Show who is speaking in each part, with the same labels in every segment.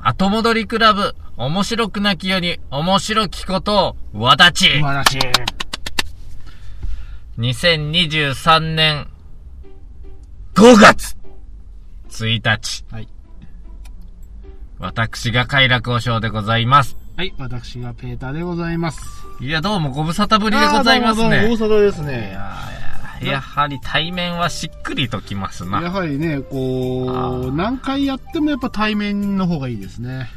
Speaker 1: 後戻りクラブ、面白くなきより面白きことを、わだち
Speaker 2: 素晴らしい。
Speaker 1: !2023 年5月1日、
Speaker 2: はい。
Speaker 1: 私が快楽和尚でございます。
Speaker 2: はい、私がペーターでございます。
Speaker 1: いや、どうもご無沙汰ぶりでございます
Speaker 2: あーど
Speaker 1: ね
Speaker 2: う。もどうも大阪です
Speaker 1: い
Speaker 2: ね。
Speaker 1: やーやはり対面はしっくりときます
Speaker 2: や
Speaker 1: な。
Speaker 2: はりね、
Speaker 1: あ
Speaker 2: こ
Speaker 1: ー
Speaker 2: う、何回やってもやっぱ対面の方がいいですね。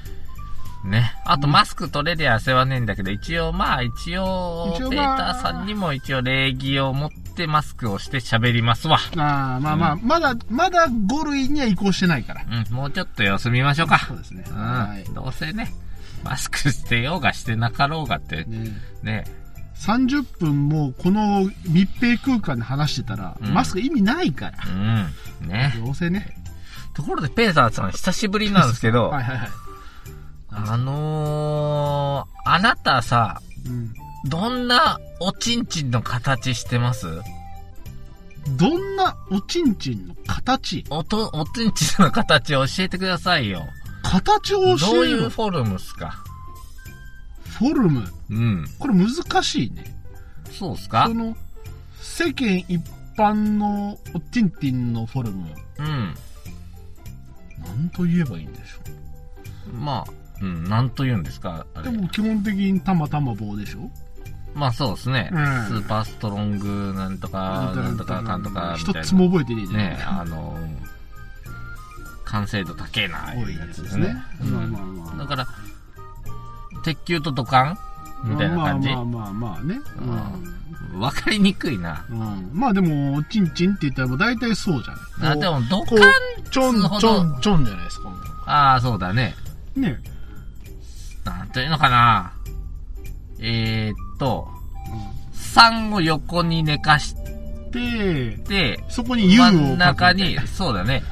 Speaker 1: ね。あと、マスク取れりゃ汗はねえんだけど、一応まあ、一応、
Speaker 2: 一応
Speaker 1: ペ
Speaker 2: ま
Speaker 1: ー
Speaker 2: あ
Speaker 1: ターさんにも一応礼儀を持ってマスクをして喋りますわ。
Speaker 2: ああ、まあまあ、まだ、まだ5類には移行してないから。
Speaker 1: うん、もうちょっと休みましょうか。
Speaker 2: そうですね。
Speaker 1: うん、
Speaker 2: はい。
Speaker 1: どうせね、マスクしてようがしてなかろうがって、
Speaker 2: ね
Speaker 1: ね。
Speaker 2: 30分もこの密閉空間で話してたら、
Speaker 1: うん
Speaker 2: マスク意味ないから。
Speaker 1: うん、ね。
Speaker 2: どうせね。
Speaker 1: ところで、ペーターさん、久しぶりなんですけど、
Speaker 2: はいはいはい。
Speaker 1: あのー、あなたさ、
Speaker 2: うん
Speaker 1: どんなおちんちんの形してます
Speaker 2: どんなおちんちんの形
Speaker 1: おと、おちんちんの形教えてくださいよ。
Speaker 2: 形を
Speaker 1: ど
Speaker 2: 教
Speaker 1: う
Speaker 2: え
Speaker 1: い
Speaker 2: る
Speaker 1: うフォルムっすか
Speaker 2: フォルム。
Speaker 1: うん。
Speaker 2: これ難しいね。
Speaker 1: そうっすか
Speaker 2: その、世間一般のおちんちんのフォルム。
Speaker 1: うん。
Speaker 2: なんと言えばいいんでしょ
Speaker 1: まあ、うん、なんと言うんですかあ
Speaker 2: う。
Speaker 1: れ
Speaker 2: で。も基本的にたまたま棒でしょ
Speaker 1: まあそうですね。
Speaker 2: うん
Speaker 1: スーパーストロングなんとか、なんとかかんとか、み
Speaker 2: 一
Speaker 1: たいな。
Speaker 2: つも覚えてねえじゃん。
Speaker 1: ね、あの、完成度高えな、
Speaker 2: 多い
Speaker 1: や
Speaker 2: や
Speaker 1: つ
Speaker 2: つ
Speaker 1: で
Speaker 2: ですす
Speaker 1: ね
Speaker 2: ね。
Speaker 1: うん
Speaker 2: まあまあまあ
Speaker 1: だから、鉄球と土管みたいな感じ。
Speaker 2: まあまあまあまあね。
Speaker 1: わかりにくいな。
Speaker 2: うん。うん。まあでも、おちんちんって言ったらもう大体そうじゃない
Speaker 1: あ、でも、土
Speaker 2: こう
Speaker 1: 管、
Speaker 2: ちょんちょんちょんじゃないですか。も
Speaker 1: ああ、そうだね。
Speaker 2: うね。
Speaker 1: なんというのかな。えー、っと、3を横に寝かし
Speaker 2: で、
Speaker 1: て、
Speaker 2: そこに U を書く
Speaker 1: 真ん中に、そうだね。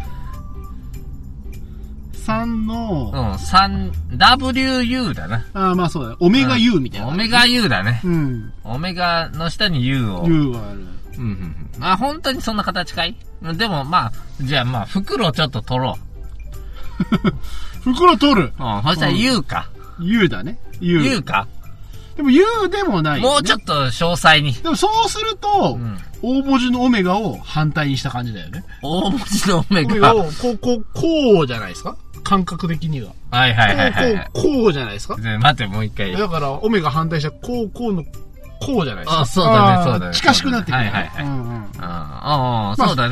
Speaker 2: 3の、
Speaker 1: うん、3、WU だな。
Speaker 2: ああ、まあそうだね。オメガ U みたいな。
Speaker 1: オメガ U だね。
Speaker 2: うん。
Speaker 1: オメガの下に U を。
Speaker 2: U はある。
Speaker 1: うんうんうん。あ、本当にそんな形かいでもまあ、じゃあまあ、袋をちょっと取ろ
Speaker 2: 袋取る
Speaker 1: う。うん、そしたら
Speaker 2: うん
Speaker 1: U か。
Speaker 2: !U だね。U。
Speaker 1: U か。
Speaker 2: でも U でもない、ね。
Speaker 1: もうちょっと詳細に。
Speaker 2: でもそうすると、
Speaker 1: うん。
Speaker 2: 大文字のオメガを反対にした感じだよね。
Speaker 1: 大文字のオメ
Speaker 2: オメガ
Speaker 1: ガ。
Speaker 2: を、こう、こう、こうじゃないですか感覚的には。こ
Speaker 1: はいはいはいはいは
Speaker 2: う、こう、こうじゃないですか
Speaker 1: い。で待って、もう一回。
Speaker 2: だから、オメガ反対したら、こう、こうの、こうじゃないですか。
Speaker 1: あそうだね
Speaker 2: あー
Speaker 1: そうだね
Speaker 2: 近しくなってくるね。
Speaker 1: はいはいはい
Speaker 2: うんうん
Speaker 1: ああ、
Speaker 2: まあ
Speaker 1: そうだね。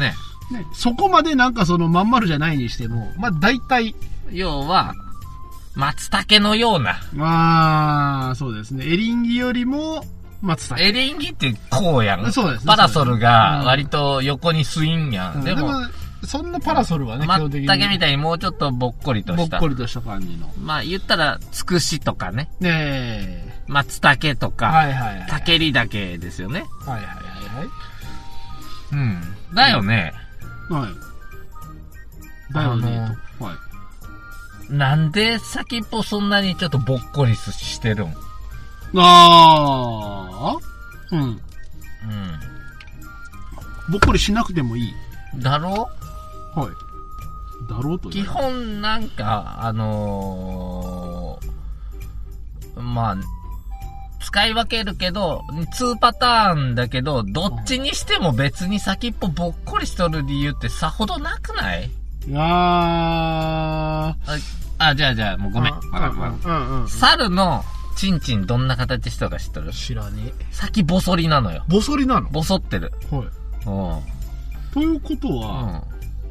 Speaker 2: ね、そこまでなんかそのまん丸じゃないにしても、まあ大体、
Speaker 1: 要は、松茸のような。
Speaker 2: まあ、そうですね。エリンギよりも、松茸。
Speaker 1: エリンギってこうやん。
Speaker 2: そうですね
Speaker 1: パラソル
Speaker 2: う
Speaker 1: が
Speaker 2: ん
Speaker 1: 割と横にスインやん。でも、、
Speaker 2: そんなパラソルはね、基
Speaker 1: 松
Speaker 2: 本
Speaker 1: 茸
Speaker 2: 的
Speaker 1: み
Speaker 2: に。
Speaker 1: たいにもうちょっとぼっこりと
Speaker 2: ぼ
Speaker 1: し
Speaker 2: ったこ。りとした感じの。
Speaker 1: まあ言ったら、つくしとかね。
Speaker 2: ねえ。
Speaker 1: 松茸とか。
Speaker 2: はいはいはい。
Speaker 1: たけりだけですよね。
Speaker 2: はいはいはい
Speaker 1: うん。だよね。
Speaker 2: はい。はい。だよね、と。はい。
Speaker 1: なんで先っぽそんなにちょっとぼっこりしてるんうん。
Speaker 2: あーうん。ぼっこりしなくてもいい。
Speaker 1: だろ
Speaker 2: はい。だろうと
Speaker 1: 基。本なんか、あのー、まあ、使い分けるけど、2パターンだけど、どっちにしても別に先っぽぼっこりしとる理由ってさほどなくない
Speaker 2: あ
Speaker 1: あ、あじゃあじゃあ、もう
Speaker 2: ー。
Speaker 1: ごめん。
Speaker 2: うん
Speaker 1: わかるわかる
Speaker 2: うんうん。
Speaker 1: 猿のチンチンどんな形しとるか知っとる
Speaker 2: 知らねえ。
Speaker 1: 先ボソリなのよ。
Speaker 2: ボソリなの
Speaker 1: ボソってる。
Speaker 2: はい。
Speaker 1: うん。
Speaker 2: ということは、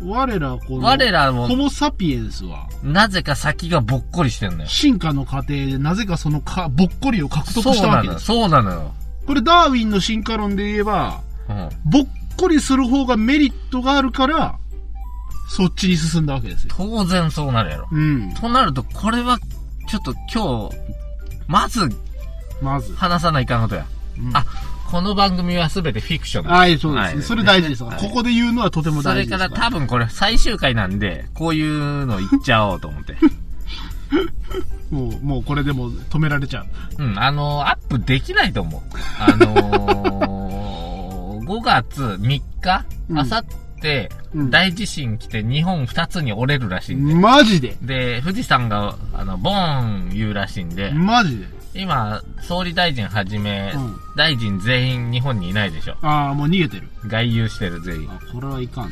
Speaker 2: 我らこの、
Speaker 1: 我らも
Speaker 2: ホ、モサピエンスは、
Speaker 1: なぜか先がぼっこりしてんのよ。
Speaker 2: 進化の過程でなぜかそのか、ぼっこりを獲得
Speaker 1: そう
Speaker 2: したわ
Speaker 1: な
Speaker 2: け
Speaker 1: の
Speaker 2: で
Speaker 1: よ。
Speaker 2: す。
Speaker 1: そうなのよ。
Speaker 2: これダーウィンの進化論で言えば、
Speaker 1: うん。
Speaker 2: ぼっこりする方がメリットがあるから、そっちに進んだわけですよ。
Speaker 1: 当然そうなるやろ。
Speaker 2: うん。
Speaker 1: となると、これは、ちょっと今日、まず
Speaker 2: まず。
Speaker 1: 話さないかんことや。
Speaker 2: うん
Speaker 1: あ、この番組はすべてフィクションだ。
Speaker 2: はい、そうですね。
Speaker 1: はい
Speaker 2: それ大事ですわ、
Speaker 1: はい
Speaker 2: ここで言うのはとても
Speaker 1: そ
Speaker 2: 大
Speaker 1: れ
Speaker 2: 事
Speaker 1: か
Speaker 2: です
Speaker 1: ら
Speaker 2: から。
Speaker 1: 多分これ最終回なんで、こういうの言っちゃおうと思って。
Speaker 2: もう、もうこれでも止められちゃう。
Speaker 1: うん、あのーアップできないと思う。あのー、5月3日
Speaker 2: うん
Speaker 1: あさって、
Speaker 2: うん
Speaker 1: 大地震来て日本二つに折れるらしいんで。
Speaker 2: マジで
Speaker 1: で、富士山が、あの、ボーン言うらしいんで、
Speaker 2: マジで
Speaker 1: 今、総理大臣はじめ、
Speaker 2: うん
Speaker 1: 大臣全員日本にいないでしょ。
Speaker 2: ああ、もう逃げてる。
Speaker 1: 外遊してる全員。
Speaker 2: あ、これはいかん。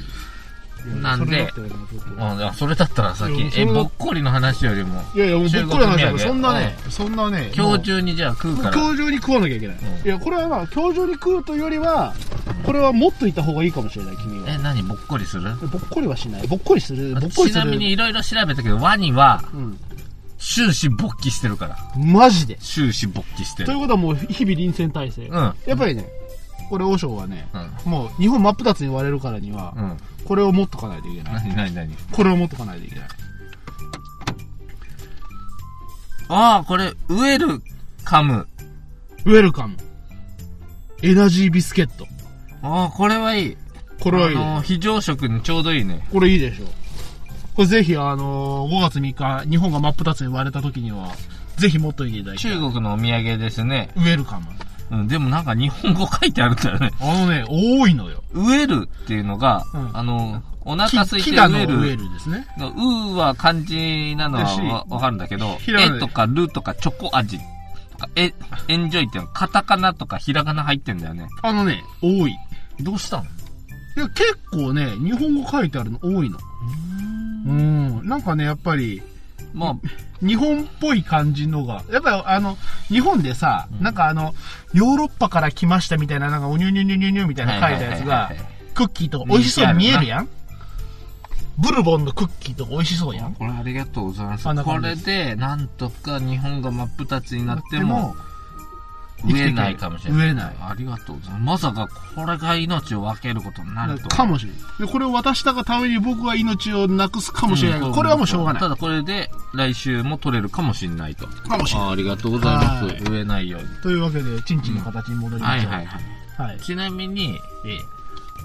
Speaker 1: なんで
Speaker 3: それだったら僕
Speaker 1: あいやそれだったら
Speaker 2: い
Speaker 1: 先
Speaker 2: や、そ
Speaker 1: え、
Speaker 2: れは
Speaker 1: ぼっこりの話よりも、
Speaker 2: いやいや、もう僕らの話だから、そんなね、そんなね、
Speaker 1: 今日中にじゃあ食う
Speaker 2: も
Speaker 1: か
Speaker 2: う
Speaker 1: ら。
Speaker 2: 今日中に食わなきゃいけない。
Speaker 1: うん
Speaker 2: いや、これはまあ、今日中に食うというよりは、これは持っといた方がいいかもしれない、君
Speaker 1: え、
Speaker 2: は。
Speaker 1: 何ぼっこりする
Speaker 2: ぼっこりはしない。ぼっこりする。ぼっこり
Speaker 1: ち
Speaker 2: す
Speaker 1: なみに
Speaker 2: る。
Speaker 1: いろいろ調べたけど、ワニは
Speaker 2: うん。
Speaker 1: 終始勃起してるから。
Speaker 2: マジで。
Speaker 1: 終始勃起して
Speaker 2: とい
Speaker 1: る
Speaker 2: う。ことはもう、日々臨戦態勢。
Speaker 1: うん。う
Speaker 2: や
Speaker 1: ん。
Speaker 2: っぱりね、これ、和尚はね、
Speaker 1: うん。
Speaker 2: もう、日本真っ二つに割れるからには、
Speaker 1: うん。
Speaker 2: これを持っとかないといけない。
Speaker 1: 何何何
Speaker 2: これを持っとかないといけない。
Speaker 1: ああ、これ、ウェルカム。
Speaker 2: ウェルカム。エナジービスケット。
Speaker 1: ああ、これはいい。
Speaker 2: これはいい
Speaker 1: あ
Speaker 2: ね。
Speaker 1: のー、非常食にちょうどいいね。
Speaker 2: これいいでしょう。これぜひ、あのー、5月3日、日本が真っ二つに割れた時には、ぜひ持っといていただきたい
Speaker 1: 中国のお土産ですね。
Speaker 2: ウェルカム。
Speaker 1: うん、でもなんか日本語書いてあるんだよね。
Speaker 2: あのね、多いのよ。
Speaker 1: ウェルっていうのが、
Speaker 2: うん
Speaker 1: あの、お
Speaker 2: 木
Speaker 1: 腹空いて
Speaker 2: 木
Speaker 1: ウ
Speaker 2: だのウ
Speaker 1: ェ
Speaker 2: ェ
Speaker 1: ル。
Speaker 2: ルですね。
Speaker 1: ウーは漢字なの
Speaker 2: だし
Speaker 1: はわわかるんだけど、
Speaker 2: ひらがな
Speaker 1: えとかるとかチョコ味とか、え、エンジョイっていうのはカタカナとかひらがな入ってんだよね。
Speaker 2: あのね、多い。い
Speaker 1: どうしたの
Speaker 2: や、結構ね、日本語書いてあるの多いの。うん。なんかね、やっぱり、
Speaker 1: まあ、
Speaker 2: 日本っぽい感じのが、やっぱりあの、日本でさ、なんかあの、ヨーロッパから来ましたみたいな、なんかおにゅにゅにゅにゅにゅみたいな書いたや
Speaker 1: はい
Speaker 2: つが
Speaker 1: はいはいはい、
Speaker 2: クッキーとか美味しそうに見えるやんブルボンのクッキーとか美味しそうやん
Speaker 1: これありがとうございます
Speaker 2: あんな
Speaker 1: こ
Speaker 2: 感じ
Speaker 1: れ
Speaker 2: です
Speaker 1: で、なんとか日本が真っ二つになっても、
Speaker 2: でも
Speaker 1: 飢えないかもしれない。
Speaker 2: 飢えない
Speaker 1: ありがとうございます。まさかこれが命を分けることになるとは。
Speaker 2: かもしれない。で、これを渡したがために僕は命をなくすかもしれない。
Speaker 1: ん
Speaker 2: これはもうしょうがない。
Speaker 1: ただこれで、来週も取れるかもしれないと。
Speaker 2: かもしれない。
Speaker 1: あありがとうございます。
Speaker 2: はい
Speaker 1: 植えないように。
Speaker 2: というわけで、チンチンの形に戻りま
Speaker 1: はい
Speaker 2: しょう。
Speaker 1: はいはい。
Speaker 2: はい。
Speaker 1: ちなみに、え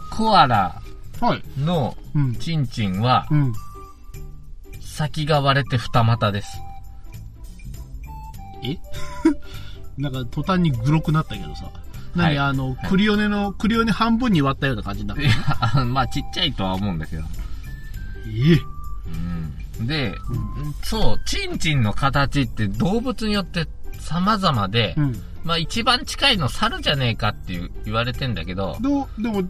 Speaker 1: コアラ
Speaker 2: はい。
Speaker 1: の
Speaker 2: うん。
Speaker 1: チンチンは、
Speaker 2: うん。
Speaker 1: 先が割れて二股です。
Speaker 2: なんか、途端にグロくなったけどさ。何、
Speaker 1: はい
Speaker 2: あの、クリオネの、クリオネ半分に割ったような感じになっ
Speaker 1: い
Speaker 2: た。
Speaker 1: や、あのまあちっちゃいとは思うんだけど。
Speaker 2: え
Speaker 1: うん。で、そう、チンチンの形って動物によって様々で、
Speaker 2: うん。
Speaker 1: まあ一番近いの猿じゃねえかっていう言われてんだけど、
Speaker 2: どう、でも、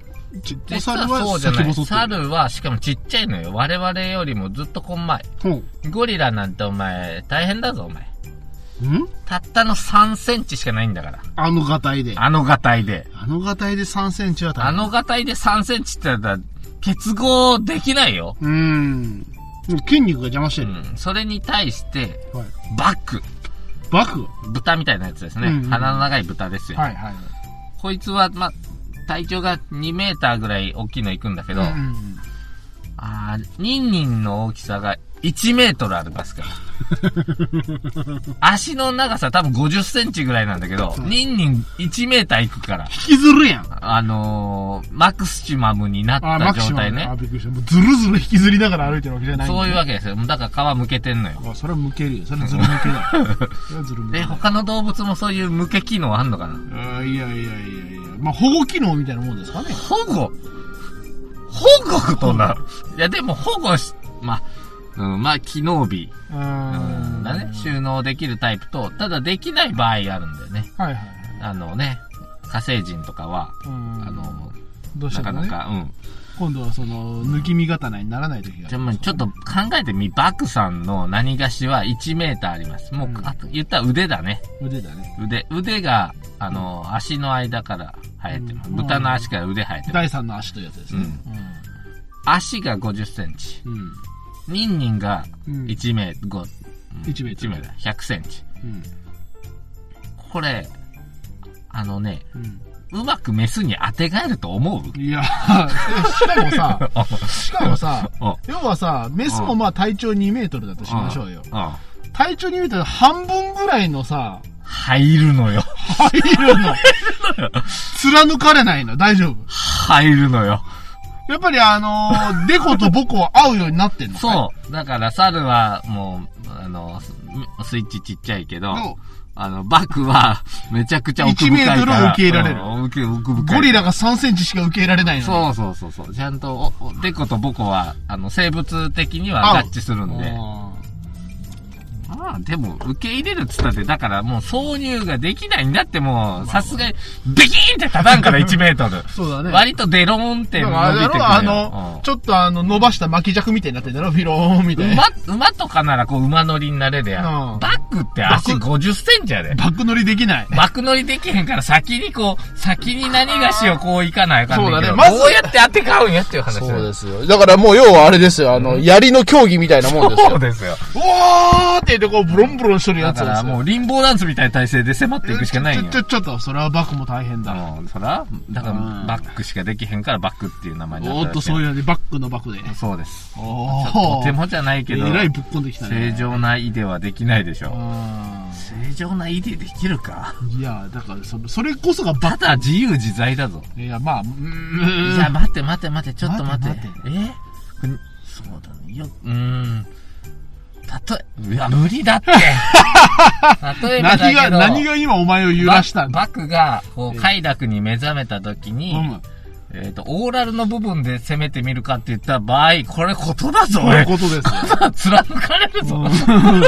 Speaker 2: ちお
Speaker 1: 実
Speaker 2: 猿
Speaker 1: はそ
Speaker 2: は
Speaker 1: うじゃな
Speaker 2: 先
Speaker 1: い。
Speaker 2: 細ってる。
Speaker 1: 猿はしかもちっちゃいのよ。我々よりもずっとこんまい。
Speaker 2: うん。
Speaker 1: ゴリラなんてお前、大変だぞお前。
Speaker 2: うん
Speaker 1: たったの3センチしかないんだから。
Speaker 2: あのがたいで。
Speaker 1: あのがたいで。
Speaker 2: あのがたいで3センチは大変
Speaker 1: あのがたいで3センチって言ったら、結合できないよ。
Speaker 2: うーん。もう筋肉が邪魔して
Speaker 1: う
Speaker 2: る。
Speaker 1: ん。それに対して、
Speaker 2: はい。
Speaker 1: バック。
Speaker 2: バク
Speaker 1: 豚みたいなやつですね。
Speaker 2: うんうん
Speaker 1: 鼻の長い豚ですよ。
Speaker 2: いはい。
Speaker 1: こいつは、ま、体長が2メーターぐらい大きいのいくんだけど、
Speaker 2: うん
Speaker 1: あーニンニンの大きさが1メートルあります から。足の長さ多分50センチぐらいなんだけど、ニンニン1メーターいくから。
Speaker 2: 引きずるやん。
Speaker 1: あのー、マクスチマムになっ
Speaker 2: あ、
Speaker 1: た
Speaker 2: マキシ
Speaker 1: 状
Speaker 2: マ
Speaker 1: 態
Speaker 2: ムね。
Speaker 1: ね
Speaker 2: あ、。びっくりした。もうズルズル引きずりながら歩いてるわけじゃないんだ
Speaker 1: そういうわけですよ。だから皮むけてんのよ。
Speaker 2: あ、それは向けるよ。それはズル向 けだよ。それはズル向け
Speaker 1: え、
Speaker 2: だよ。
Speaker 1: 他の動物もそういうむけ機能あんのかな
Speaker 2: あいやいやいやいや。まあ、保護機能みたいなもんですかね。
Speaker 1: 保護保護とな。いや、でも保護し、ま、うん、まあ、機能美。
Speaker 2: うーん
Speaker 1: だね。収納できるタイプと、ただできない場合があるんだよね。
Speaker 2: はいはい。
Speaker 1: あのね、火星人とかは、
Speaker 2: うーん
Speaker 1: あ、の、
Speaker 2: どうし
Speaker 1: な
Speaker 2: た
Speaker 1: か
Speaker 2: の
Speaker 1: な
Speaker 2: ね。
Speaker 1: か、うん。
Speaker 2: 今度はその、抜き身刀にならない時があ
Speaker 1: じゃあ
Speaker 2: る。
Speaker 1: もうちょっと考えてみ、バクさんの何がしは1メーターあります。もう、
Speaker 2: うん
Speaker 1: あと言ったら腕だね。
Speaker 2: 腕だね。
Speaker 1: 腕、腕が、あの、足の間から生えてます。
Speaker 2: うん
Speaker 1: 豚の足から腕生えてます。
Speaker 2: 第三の足というやつですね。
Speaker 1: 足が50センチ。
Speaker 2: うん。
Speaker 1: ニンニンが
Speaker 2: うん。
Speaker 1: 1メートル、
Speaker 2: 1メート
Speaker 1: 1
Speaker 2: ル
Speaker 1: メ100センチ。
Speaker 2: うん。
Speaker 1: これ、あのね、
Speaker 2: うん。
Speaker 1: うまくメスに当てがえると思う
Speaker 2: いや、しかも さ、しかもさ、
Speaker 1: あ
Speaker 2: 要はさ、メスもまあ体長2メートルだとしましょうよ。
Speaker 1: あ
Speaker 2: 体長2メートル半分ぐらいのさ、
Speaker 1: 入るのよ。
Speaker 2: 入る の。貫かれないの、大丈夫。
Speaker 1: 入るのよ。
Speaker 2: やっぱりあ のー、デコとボコは合うようになってんの。
Speaker 1: そう。だから、猿は、もう、あの、ススイッチちっちゃいけど、
Speaker 2: の
Speaker 1: あの、バクは、めちゃくちゃ奥深いから。
Speaker 2: 1メートルを受け入れられる
Speaker 1: うん受け奥深い。
Speaker 2: ゴリラが3センチしか受け入れられないの
Speaker 1: そうそうそうそう。ちゃんとお、おでことぼこは、あの、生物的には
Speaker 2: 合
Speaker 1: 合
Speaker 2: う
Speaker 1: 致するんで。
Speaker 2: あ
Speaker 1: まあ、でも、受け入れるっつったって、だからもう挿入ができないんだってもう、さすがに、ビキーンって叩たんから1メートル。
Speaker 2: ーそう だね。
Speaker 1: 割とデローンって
Speaker 2: で
Speaker 1: 伸び
Speaker 2: もあれ
Speaker 1: て
Speaker 2: だ
Speaker 1: くる
Speaker 2: ろ
Speaker 1: よ。
Speaker 2: あの、ちょっとあの、伸ばした巻き尺みたいになってんだろビローンみ
Speaker 1: う
Speaker 2: た
Speaker 1: ん
Speaker 2: いな
Speaker 1: 馬。、馬とかならこう馬乗りになれるや
Speaker 2: うん
Speaker 1: ん。バックって足
Speaker 2: バック
Speaker 1: 50センチやで。
Speaker 2: バック乗りできない。
Speaker 1: バック乗りできへんから先にこう、先に何がしをこう行かないかんねんけど。
Speaker 2: そうだねまず
Speaker 1: どうやって当て買うんやっていう話だよ
Speaker 3: そうですよ。だからもう要はあれですよ、あの、槍の競技みたいなもんです
Speaker 1: そ
Speaker 3: よ
Speaker 1: う。ですよ。
Speaker 2: おーって言ってこう、ブロンブロンしてるや
Speaker 1: だ
Speaker 2: つ
Speaker 1: からもう、リンボーダンスみたいな体勢で迫っていくしかないんよ
Speaker 2: ちょ、。ちょ、ちょっと、それはバックも大変だ。
Speaker 1: うんそら、だから
Speaker 2: うん
Speaker 1: バックしかできへんからバックっていう名前にな
Speaker 2: お
Speaker 1: った
Speaker 2: ーっと、そういうので、バックのバックで。
Speaker 1: そうです。
Speaker 2: お
Speaker 1: と
Speaker 2: ー。
Speaker 1: てもじゃないけど、
Speaker 2: えらいぶっこんできたね。
Speaker 1: 正常な胃ではできないでしょ。
Speaker 2: あ
Speaker 1: 正常な胃でできるか
Speaker 2: ー。いや、だからそ、それこそがバ
Speaker 1: た
Speaker 2: ッ
Speaker 1: だ自由自在だぞ。
Speaker 2: ク。いや、まあ、う
Speaker 1: いや、
Speaker 2: ーん。
Speaker 1: 待って待って待って、ちょっと待って。
Speaker 2: 待て
Speaker 1: えこれそうだね。よ、うーん。たとえ、いや、無理だ って。例えばだ
Speaker 2: 何
Speaker 1: け
Speaker 2: が、
Speaker 1: ど、
Speaker 2: 何が今お前を揺らしたんだ
Speaker 1: バクが、こう、快楽に目覚めた時に、
Speaker 2: うん。
Speaker 1: えっ、と、オーラルの部分で攻めてみるかって言った場合、これことだぞ、
Speaker 2: こういう
Speaker 1: 俺。
Speaker 2: ことです よ。
Speaker 1: 貫かれるぞ。
Speaker 2: うん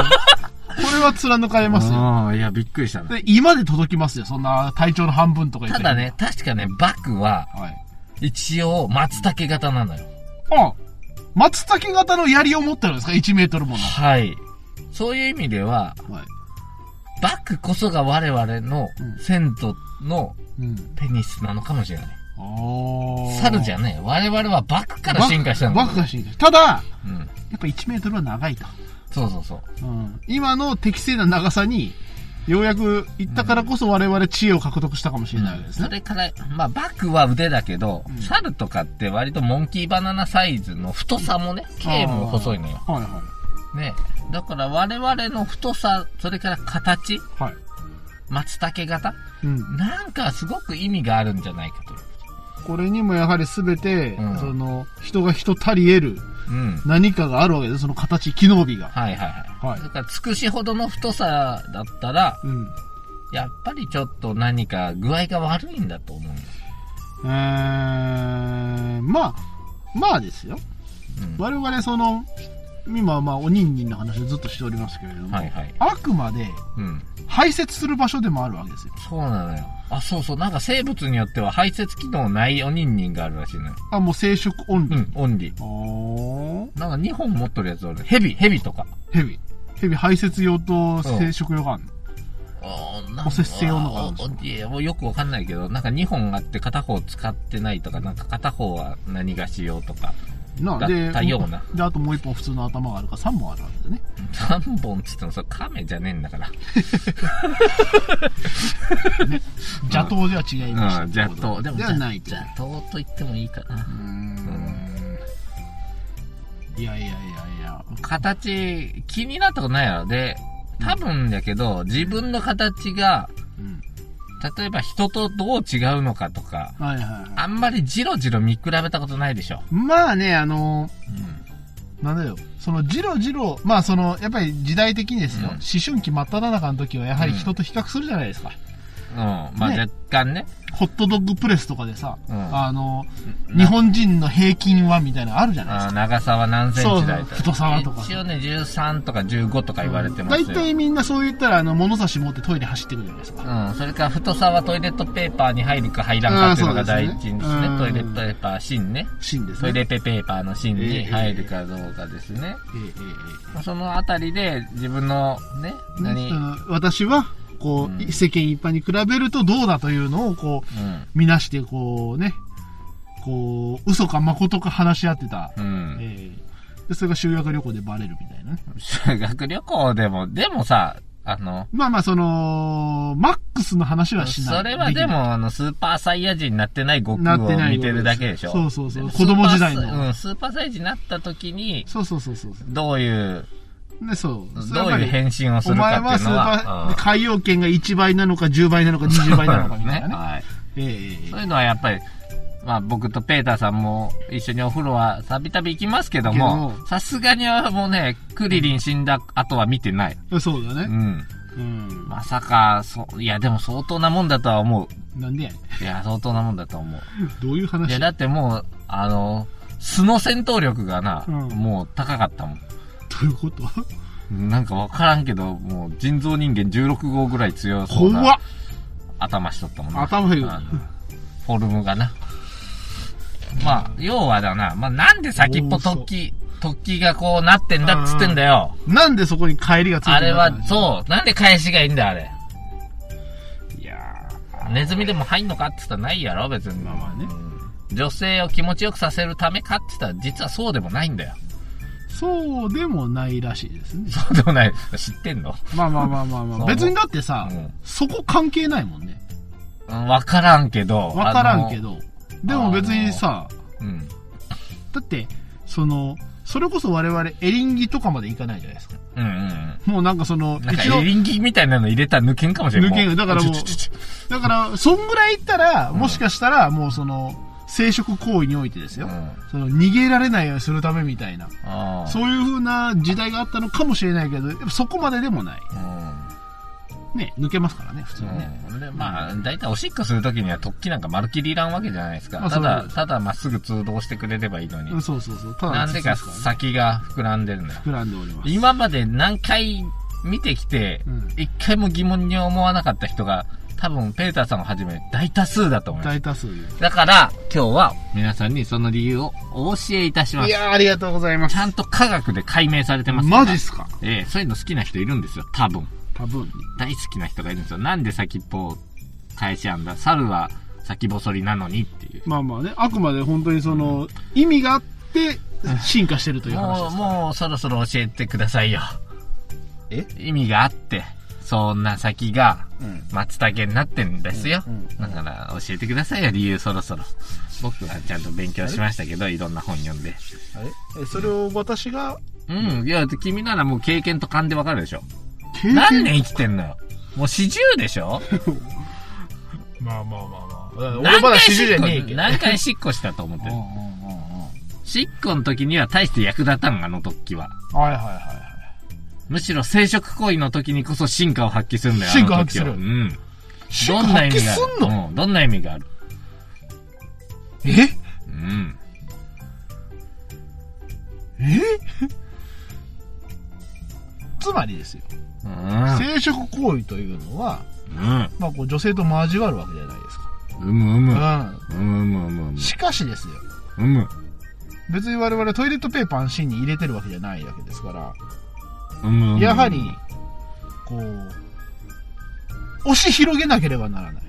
Speaker 2: これは貫かれますよ。
Speaker 1: うんいや、びっくりしたな。
Speaker 2: で、胃まで届きますよ。そんな体長の半分とか言ったて。
Speaker 1: だ。ね、確かね、バクは、
Speaker 2: はい。
Speaker 1: 一応、松茸型なのよ。
Speaker 2: あ、松茸型の槍を持ってるんですか ?1 メートルもの。
Speaker 1: はい。そういう意味では、
Speaker 2: はい。
Speaker 1: バクこそが我々の
Speaker 2: うん
Speaker 1: 先祖の
Speaker 2: うん。
Speaker 1: ペニスなのかもしれない。
Speaker 2: お
Speaker 1: 猿じ
Speaker 2: ゃ
Speaker 1: ゃねえ。我々はバクから進化したの。
Speaker 2: バックが進化した。ただ、や
Speaker 1: うん。
Speaker 2: っぱ1メートルは長いと。
Speaker 1: そうそうそう。
Speaker 2: うん。今の適正な長さに、ようやく行ったからこそ我々知恵を獲得したかもしれないわけです
Speaker 1: そ
Speaker 2: ね。
Speaker 1: れから、まあ、バクは腕だけど、
Speaker 2: うん
Speaker 1: 猿とかって割とモンキーバナナサイズの太さもね、径も細いのよ。
Speaker 2: はいは
Speaker 1: ね。だから我々の太さ、それから形、
Speaker 2: い。はい。
Speaker 1: 松茸型
Speaker 2: うん。
Speaker 1: なんかすごく意味があるんじゃないかという。
Speaker 2: これにもやはり全て、
Speaker 1: うん
Speaker 2: その、人が人足り得る
Speaker 1: うん。
Speaker 2: 何かがあるわけです。その形、機能美が。
Speaker 1: はいはいはい。
Speaker 2: はい
Speaker 1: だから、つくしほどの太さだったら、
Speaker 2: うん。
Speaker 1: やっぱりちょっと何か具合が悪いんだと思うよ。
Speaker 2: えー、まあ、まあですよ。
Speaker 1: うん
Speaker 2: 我々その、今まあ、おにんにんの話をずっとしておりますけれども、
Speaker 1: はいはい。
Speaker 2: あくまで
Speaker 1: うん。
Speaker 2: 排泄する場所でもあるわけですよ。
Speaker 1: そうなのよ。あ、そうそう。なんか生物によっては排泄機能ないおにんにんがあるらしいのよ。
Speaker 2: あ、もう生殖オン
Speaker 1: う
Speaker 2: リー。
Speaker 1: ん、オンリー。
Speaker 2: おー
Speaker 1: なんか2本持っとるやつおる。ヘビ、ヘビとか。
Speaker 2: ヘビ。ヘビ排泄用と生殖用があるの。
Speaker 1: あーなんか
Speaker 2: お節制用のがあるんです
Speaker 1: おいや、もうよくわかんないけど、なんか2本あって片方使ってないとか、なんか片方は何がしようとか。
Speaker 2: なあで
Speaker 1: だったような
Speaker 2: で、あともう一本普通の頭があるから3本あるわけだね。
Speaker 1: 3本っつってもそれ亀じゃねえんだから。
Speaker 2: 邪頭では違いました。
Speaker 1: うん、邪道。
Speaker 2: で
Speaker 1: でも
Speaker 2: はないという
Speaker 1: 邪道と言ってもいいかな。
Speaker 2: うーんいやいやいやいや。
Speaker 1: 形、気になったことないやろ。で、多分だけど、自分の形が、
Speaker 2: うん。
Speaker 1: 例えば人とどう違うのかとか、
Speaker 2: はいはいは
Speaker 1: あんまりじろじろ見比べたことないでしょ。
Speaker 2: い。まあね、あのー
Speaker 1: うん。
Speaker 2: なんだよ。その、ジロジロ、まあその、やっぱり時代的にですよ。
Speaker 1: うん
Speaker 2: 思春期真っ只中の時はやはり人と比較するじゃないですか。
Speaker 1: うん。まあ、
Speaker 2: ね
Speaker 1: 若干ね。
Speaker 2: ホットドッグプレスとかでさ、
Speaker 1: うん
Speaker 2: あの、日本人の平均はみたいなのあるじゃない
Speaker 1: あー長さは何センチだいた
Speaker 2: そうそう太さはとか
Speaker 1: 一応ね、13とか15とか言われてま
Speaker 2: ですす
Speaker 1: よ。
Speaker 2: か。大体みんなそう言ったら、あの、物差し持ってトイレ走ってくるじゃないですか。
Speaker 1: うん、それから太さはトイレットペーパーに入るか入らんかっていうのが第一ですね。
Speaker 2: あーそ
Speaker 1: ト
Speaker 2: う
Speaker 1: イ
Speaker 2: で
Speaker 1: レ
Speaker 2: すね
Speaker 1: ットペーパー芯ね。
Speaker 2: シーンです
Speaker 1: トイ
Speaker 2: ね。
Speaker 1: レペペーパーの芯に入るかどうかですね。
Speaker 2: えええ
Speaker 1: まあそのあたりで自分のね、
Speaker 2: えね
Speaker 1: 何、
Speaker 2: そうの私は、こう、
Speaker 1: うん
Speaker 2: 世間一般に比べるとどうだというのを、こう、
Speaker 1: ん、
Speaker 2: 見なして、こうね、こう、嘘か誠か話し合ってた。
Speaker 1: うん。
Speaker 2: ええでそれが修学旅行でバレるみたいなね。
Speaker 1: 修学旅行でも、でもさ、あの、
Speaker 2: まあまあ、その、マックスの話はしない。
Speaker 1: それはで
Speaker 2: き
Speaker 1: も、あの、スーパーサイヤ人になってない悟
Speaker 2: な
Speaker 1: 空
Speaker 2: い、なって
Speaker 1: を
Speaker 2: ない。
Speaker 1: 見てるだけでしょ。
Speaker 2: そうそうそう。
Speaker 1: で
Speaker 2: 子供時代の。
Speaker 1: スーパーサイうん、スーパーサイヤ人になった時に、
Speaker 2: そうそうそうそう。
Speaker 1: どういう、
Speaker 2: ね、そう。
Speaker 1: どういう変身をす
Speaker 2: お
Speaker 1: るか
Speaker 2: 前
Speaker 1: って
Speaker 2: は
Speaker 1: いう
Speaker 2: ス
Speaker 1: の
Speaker 2: ーパ
Speaker 1: は
Speaker 2: ー、。海洋圏が1倍なのか10倍なのか
Speaker 1: うん
Speaker 2: 20倍なのかみたいなね。
Speaker 1: はい。
Speaker 2: えええ
Speaker 1: そういうのはやっぱり、まあ僕とペーターさんも一緒にお風呂はたびたび行きますけども
Speaker 2: け、
Speaker 1: さすがにはもうね、クリリン死んだ後は見てない。
Speaker 2: えそうだ
Speaker 1: う
Speaker 2: ね。
Speaker 1: ん。
Speaker 2: うん。
Speaker 1: まさか、そ、いや、でも相当なもんだとは思
Speaker 2: なんでやね
Speaker 1: う。いや、相当なもんだと思う。
Speaker 2: んどういう
Speaker 1: いや、
Speaker 2: 話
Speaker 1: だってもう、あの、素の戦闘力がな、
Speaker 2: うん
Speaker 1: もう高かったも
Speaker 2: どういうこと
Speaker 1: ん。なんかわからんけど、もう人造人間16号ぐらい強そう
Speaker 2: 怖っ
Speaker 1: な頭しとったもんな。
Speaker 2: 頭いい
Speaker 1: あのフォルムがな。まあ、要はだな、まあなんで先っぽ突起、突起がこうなってんだっつってんだよ。
Speaker 2: なんでそこに帰りがついて
Speaker 1: あれは、
Speaker 2: う。
Speaker 1: そう、なんで返しがいいんだよ、あれ。
Speaker 2: いや
Speaker 1: ネズミでも入んのかって言ったらないやろ、別に。
Speaker 2: まあまあね
Speaker 1: うん女性を気持ちよくさせるためかって言ったら、実はそうでもないんだよ。
Speaker 2: ーそうでもないらしいですね。
Speaker 1: そうでもない。知ってんの
Speaker 2: まあまあまあまあま
Speaker 1: そう
Speaker 2: あ。別にだってさ、
Speaker 1: うん
Speaker 2: そこ関係ないもんね。
Speaker 1: うん。わからんけど。
Speaker 2: わからんけ
Speaker 1: ど。
Speaker 2: ど。でも別にさ、
Speaker 1: うん。
Speaker 2: だって、その、それこそ我々エリンギとかまでいかないじゃないですか。
Speaker 1: うんうんうん。
Speaker 2: もうなんかその、
Speaker 1: なんか
Speaker 2: 一度
Speaker 1: エリンギみたいなの入れたら抜けんかもしれない。
Speaker 2: 抜けん
Speaker 1: もう
Speaker 2: だからもう
Speaker 1: ちょちょちょちょ
Speaker 2: だから、そんぐらいいったら、もしかしたら、もうその、生殖行為においてですよ。
Speaker 1: うん
Speaker 2: その、逃げられないようにするためみたいな。
Speaker 1: ああ
Speaker 2: そういう風な時代があったのかもしれないけど、やっぱそこまででもない。
Speaker 1: う
Speaker 2: ね、抜けますからね、普通
Speaker 1: ん。
Speaker 2: はね。
Speaker 1: うん。で、まあ、だいたいおしっこするときには突起なんか丸切りいらんわけじゃないですか。
Speaker 2: まあ
Speaker 1: た
Speaker 2: そう
Speaker 1: だ
Speaker 2: で、す
Speaker 1: ただまっすぐ通動してくれればいいのに
Speaker 2: うん、。そうそうそう。ただ、
Speaker 1: なんでか
Speaker 2: さ、
Speaker 1: 先が膨らんでるんだよ。
Speaker 2: 膨らんでおります。
Speaker 1: 今まで何回見てきて
Speaker 2: うん、
Speaker 1: 一、回も疑問に思わなかった人が、多分ペーターさんをはじめ大多数だと思います。
Speaker 2: 大多数です。
Speaker 1: だから、今日は皆さんにその理由をお教えいたしま
Speaker 2: い
Speaker 1: す。
Speaker 2: やーありがとうございま
Speaker 1: ち
Speaker 2: す。
Speaker 1: ゃんと科学で解明されてますから
Speaker 2: マジっすか
Speaker 1: ええそういうの好きな人いるんですよ、多分。
Speaker 2: 多分。
Speaker 1: 大好きな人がいるんですよ。なんで先っぽを返しあんだ猿は先細りなのにっていう。
Speaker 2: まあまあね、あくまで本当にその、意味があって、進化してるという話
Speaker 1: も
Speaker 2: で
Speaker 1: う、
Speaker 2: す。
Speaker 1: もうそろそろ教えてくださいよ。
Speaker 2: え
Speaker 1: 意味があって、そんな先が、
Speaker 2: うん
Speaker 1: 松茸になってんですよ。
Speaker 2: うんうん
Speaker 1: だから、教えてくださいよ、理由そろそろ。僕はちゃんと勉強しましたけど、いろんな本読んで。
Speaker 2: あれえそれを私が、
Speaker 1: うん、いや、君ならもう経験と勘でわかるでしょ。
Speaker 2: 経
Speaker 1: 何年生きてんのよ。もう四十でしょ
Speaker 2: まあまあまあまあ。
Speaker 1: 何
Speaker 2: 俺まだ
Speaker 1: 回
Speaker 2: 四十
Speaker 1: し
Speaker 2: じ
Speaker 1: っ
Speaker 2: ゃ
Speaker 1: こ
Speaker 2: ねえけど。
Speaker 1: 何回しっこしたと思ってる。しっこの時には大して役立たん、あの時は。
Speaker 2: はいはいはい。
Speaker 1: むしろ生殖行為の時にこそ進化を発揮するんだよ。
Speaker 2: 進化
Speaker 1: あの時は
Speaker 2: 発揮する
Speaker 1: うん。どんな意味があ
Speaker 2: 発揮
Speaker 1: る
Speaker 2: すんの
Speaker 1: うん、どんな意味がある
Speaker 2: え
Speaker 1: うん。
Speaker 2: え つまりですよ、
Speaker 1: うん。
Speaker 2: 生殖行為というのは、
Speaker 1: うん。
Speaker 2: まあ、こう女性と交わるわけじゃないですか。
Speaker 1: うむうむ。
Speaker 2: うん。
Speaker 1: うむうむうむうむ。
Speaker 2: しかしですよ、
Speaker 1: うむ。
Speaker 2: 別に我々トイレットペーパーの芯に入れてるわけじゃないわけですから、
Speaker 1: うむうむ。
Speaker 2: やはり、こう、押し広げなければならない。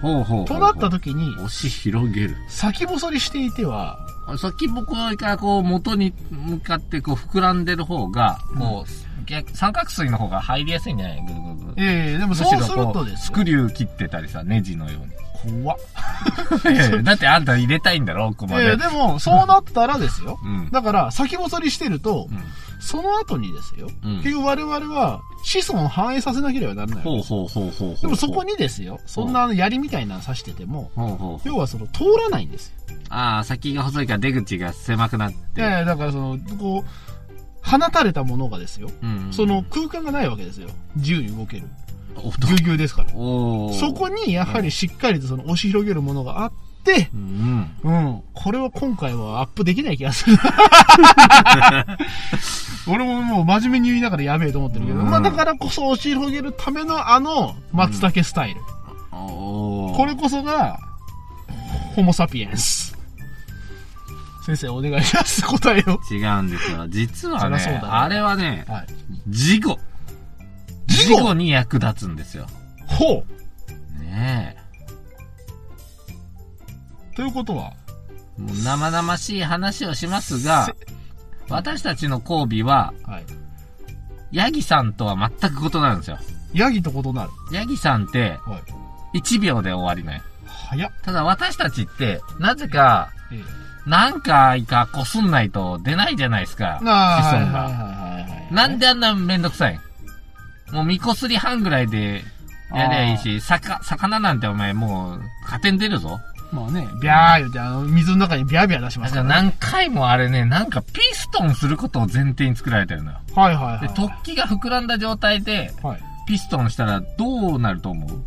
Speaker 1: ほうほうほうほう。
Speaker 2: となった時に、
Speaker 1: 押し広げる。
Speaker 2: 先細りしていては、
Speaker 1: 先っぽからこう元に向かってこう膨らんでる方が、こう、逆三角錐の方が入りやすいんじゃないぐるぐるぐる。
Speaker 2: ええでも
Speaker 1: む
Speaker 2: そ
Speaker 1: しろ
Speaker 2: うする
Speaker 1: ことう
Speaker 2: です
Speaker 1: ス
Speaker 2: よ
Speaker 1: クリュー切ってたりさ、ネジのように。
Speaker 2: 怖っ。
Speaker 1: いやいやだってあんた入れたいんだろ、奥ま
Speaker 2: え
Speaker 1: で。
Speaker 2: えでも、そうなったらですよ。
Speaker 1: うん
Speaker 2: だから、先細りしてると、
Speaker 1: うん
Speaker 2: その後にですよ。
Speaker 1: うん
Speaker 2: 結局我々は子孫を繁栄させなければならない。
Speaker 1: ほうほうほうほうほう。
Speaker 2: でもそこ。にですよ、そんなあの槍みたいなの刺してても、
Speaker 1: ほうほう。
Speaker 2: 要はその通らないんですよ。
Speaker 1: ああ、先が細いから出口が狭くなって。
Speaker 2: ええだからその、こう、放たれたものがですよ。
Speaker 1: うん
Speaker 2: その、空間がないわけですよ。自由に 動ける。
Speaker 1: お
Speaker 2: ぎゅうぎゅうですから。
Speaker 1: おー
Speaker 2: そこにやはりしっかりとその押し広げるものがあって、
Speaker 1: うん。
Speaker 2: うん。これは今回はアップできない気 がする。俺ももう真面目に言いながらやべえと思ってるけど、
Speaker 1: うん
Speaker 2: まあだからこそ押し広げるためのあの松茸スタイル。
Speaker 1: おー
Speaker 2: これこそが、ホモサピエンス。先生お願いします、答えを。
Speaker 1: 違うんですよ。実はね、
Speaker 2: そりゃそうだね
Speaker 1: あれはね、
Speaker 2: はい。
Speaker 1: 事故。
Speaker 2: 事故
Speaker 1: 事故に役立つんですよ。
Speaker 2: ほ
Speaker 1: ね
Speaker 2: うということは、
Speaker 1: え。もう生々しい話をしますが、私たちの交尾は、
Speaker 2: はい。
Speaker 1: ヤギさんとは全く異なるんですよ。
Speaker 2: ヤギと異なる。
Speaker 1: ヤギさんって、
Speaker 2: はい。
Speaker 1: 1秒で終わりね。
Speaker 2: 早っ。
Speaker 1: ただ私たちって、なぜか、
Speaker 2: ええ
Speaker 1: 何回かこすんないと出ないじゃないですか。子孫
Speaker 2: はい
Speaker 1: が。
Speaker 2: はいはいはい。
Speaker 1: なんであんなめんどくさいもう、みこすり半ぐらいで、やりゃいいし、さか、魚なんてお前もう、加点出るぞ。
Speaker 2: まあね、ビャー言うて、あの、水の中にビャービャー出しま
Speaker 1: だ
Speaker 2: す
Speaker 1: か
Speaker 2: からら、
Speaker 1: 何回もあれね、なんかピストンすることを前提に作られてるのよ。
Speaker 2: はいはい
Speaker 1: で、
Speaker 2: は
Speaker 1: 突起が膨らんだ状態で、
Speaker 2: い。はい。
Speaker 1: ピストンしたらどうなると思う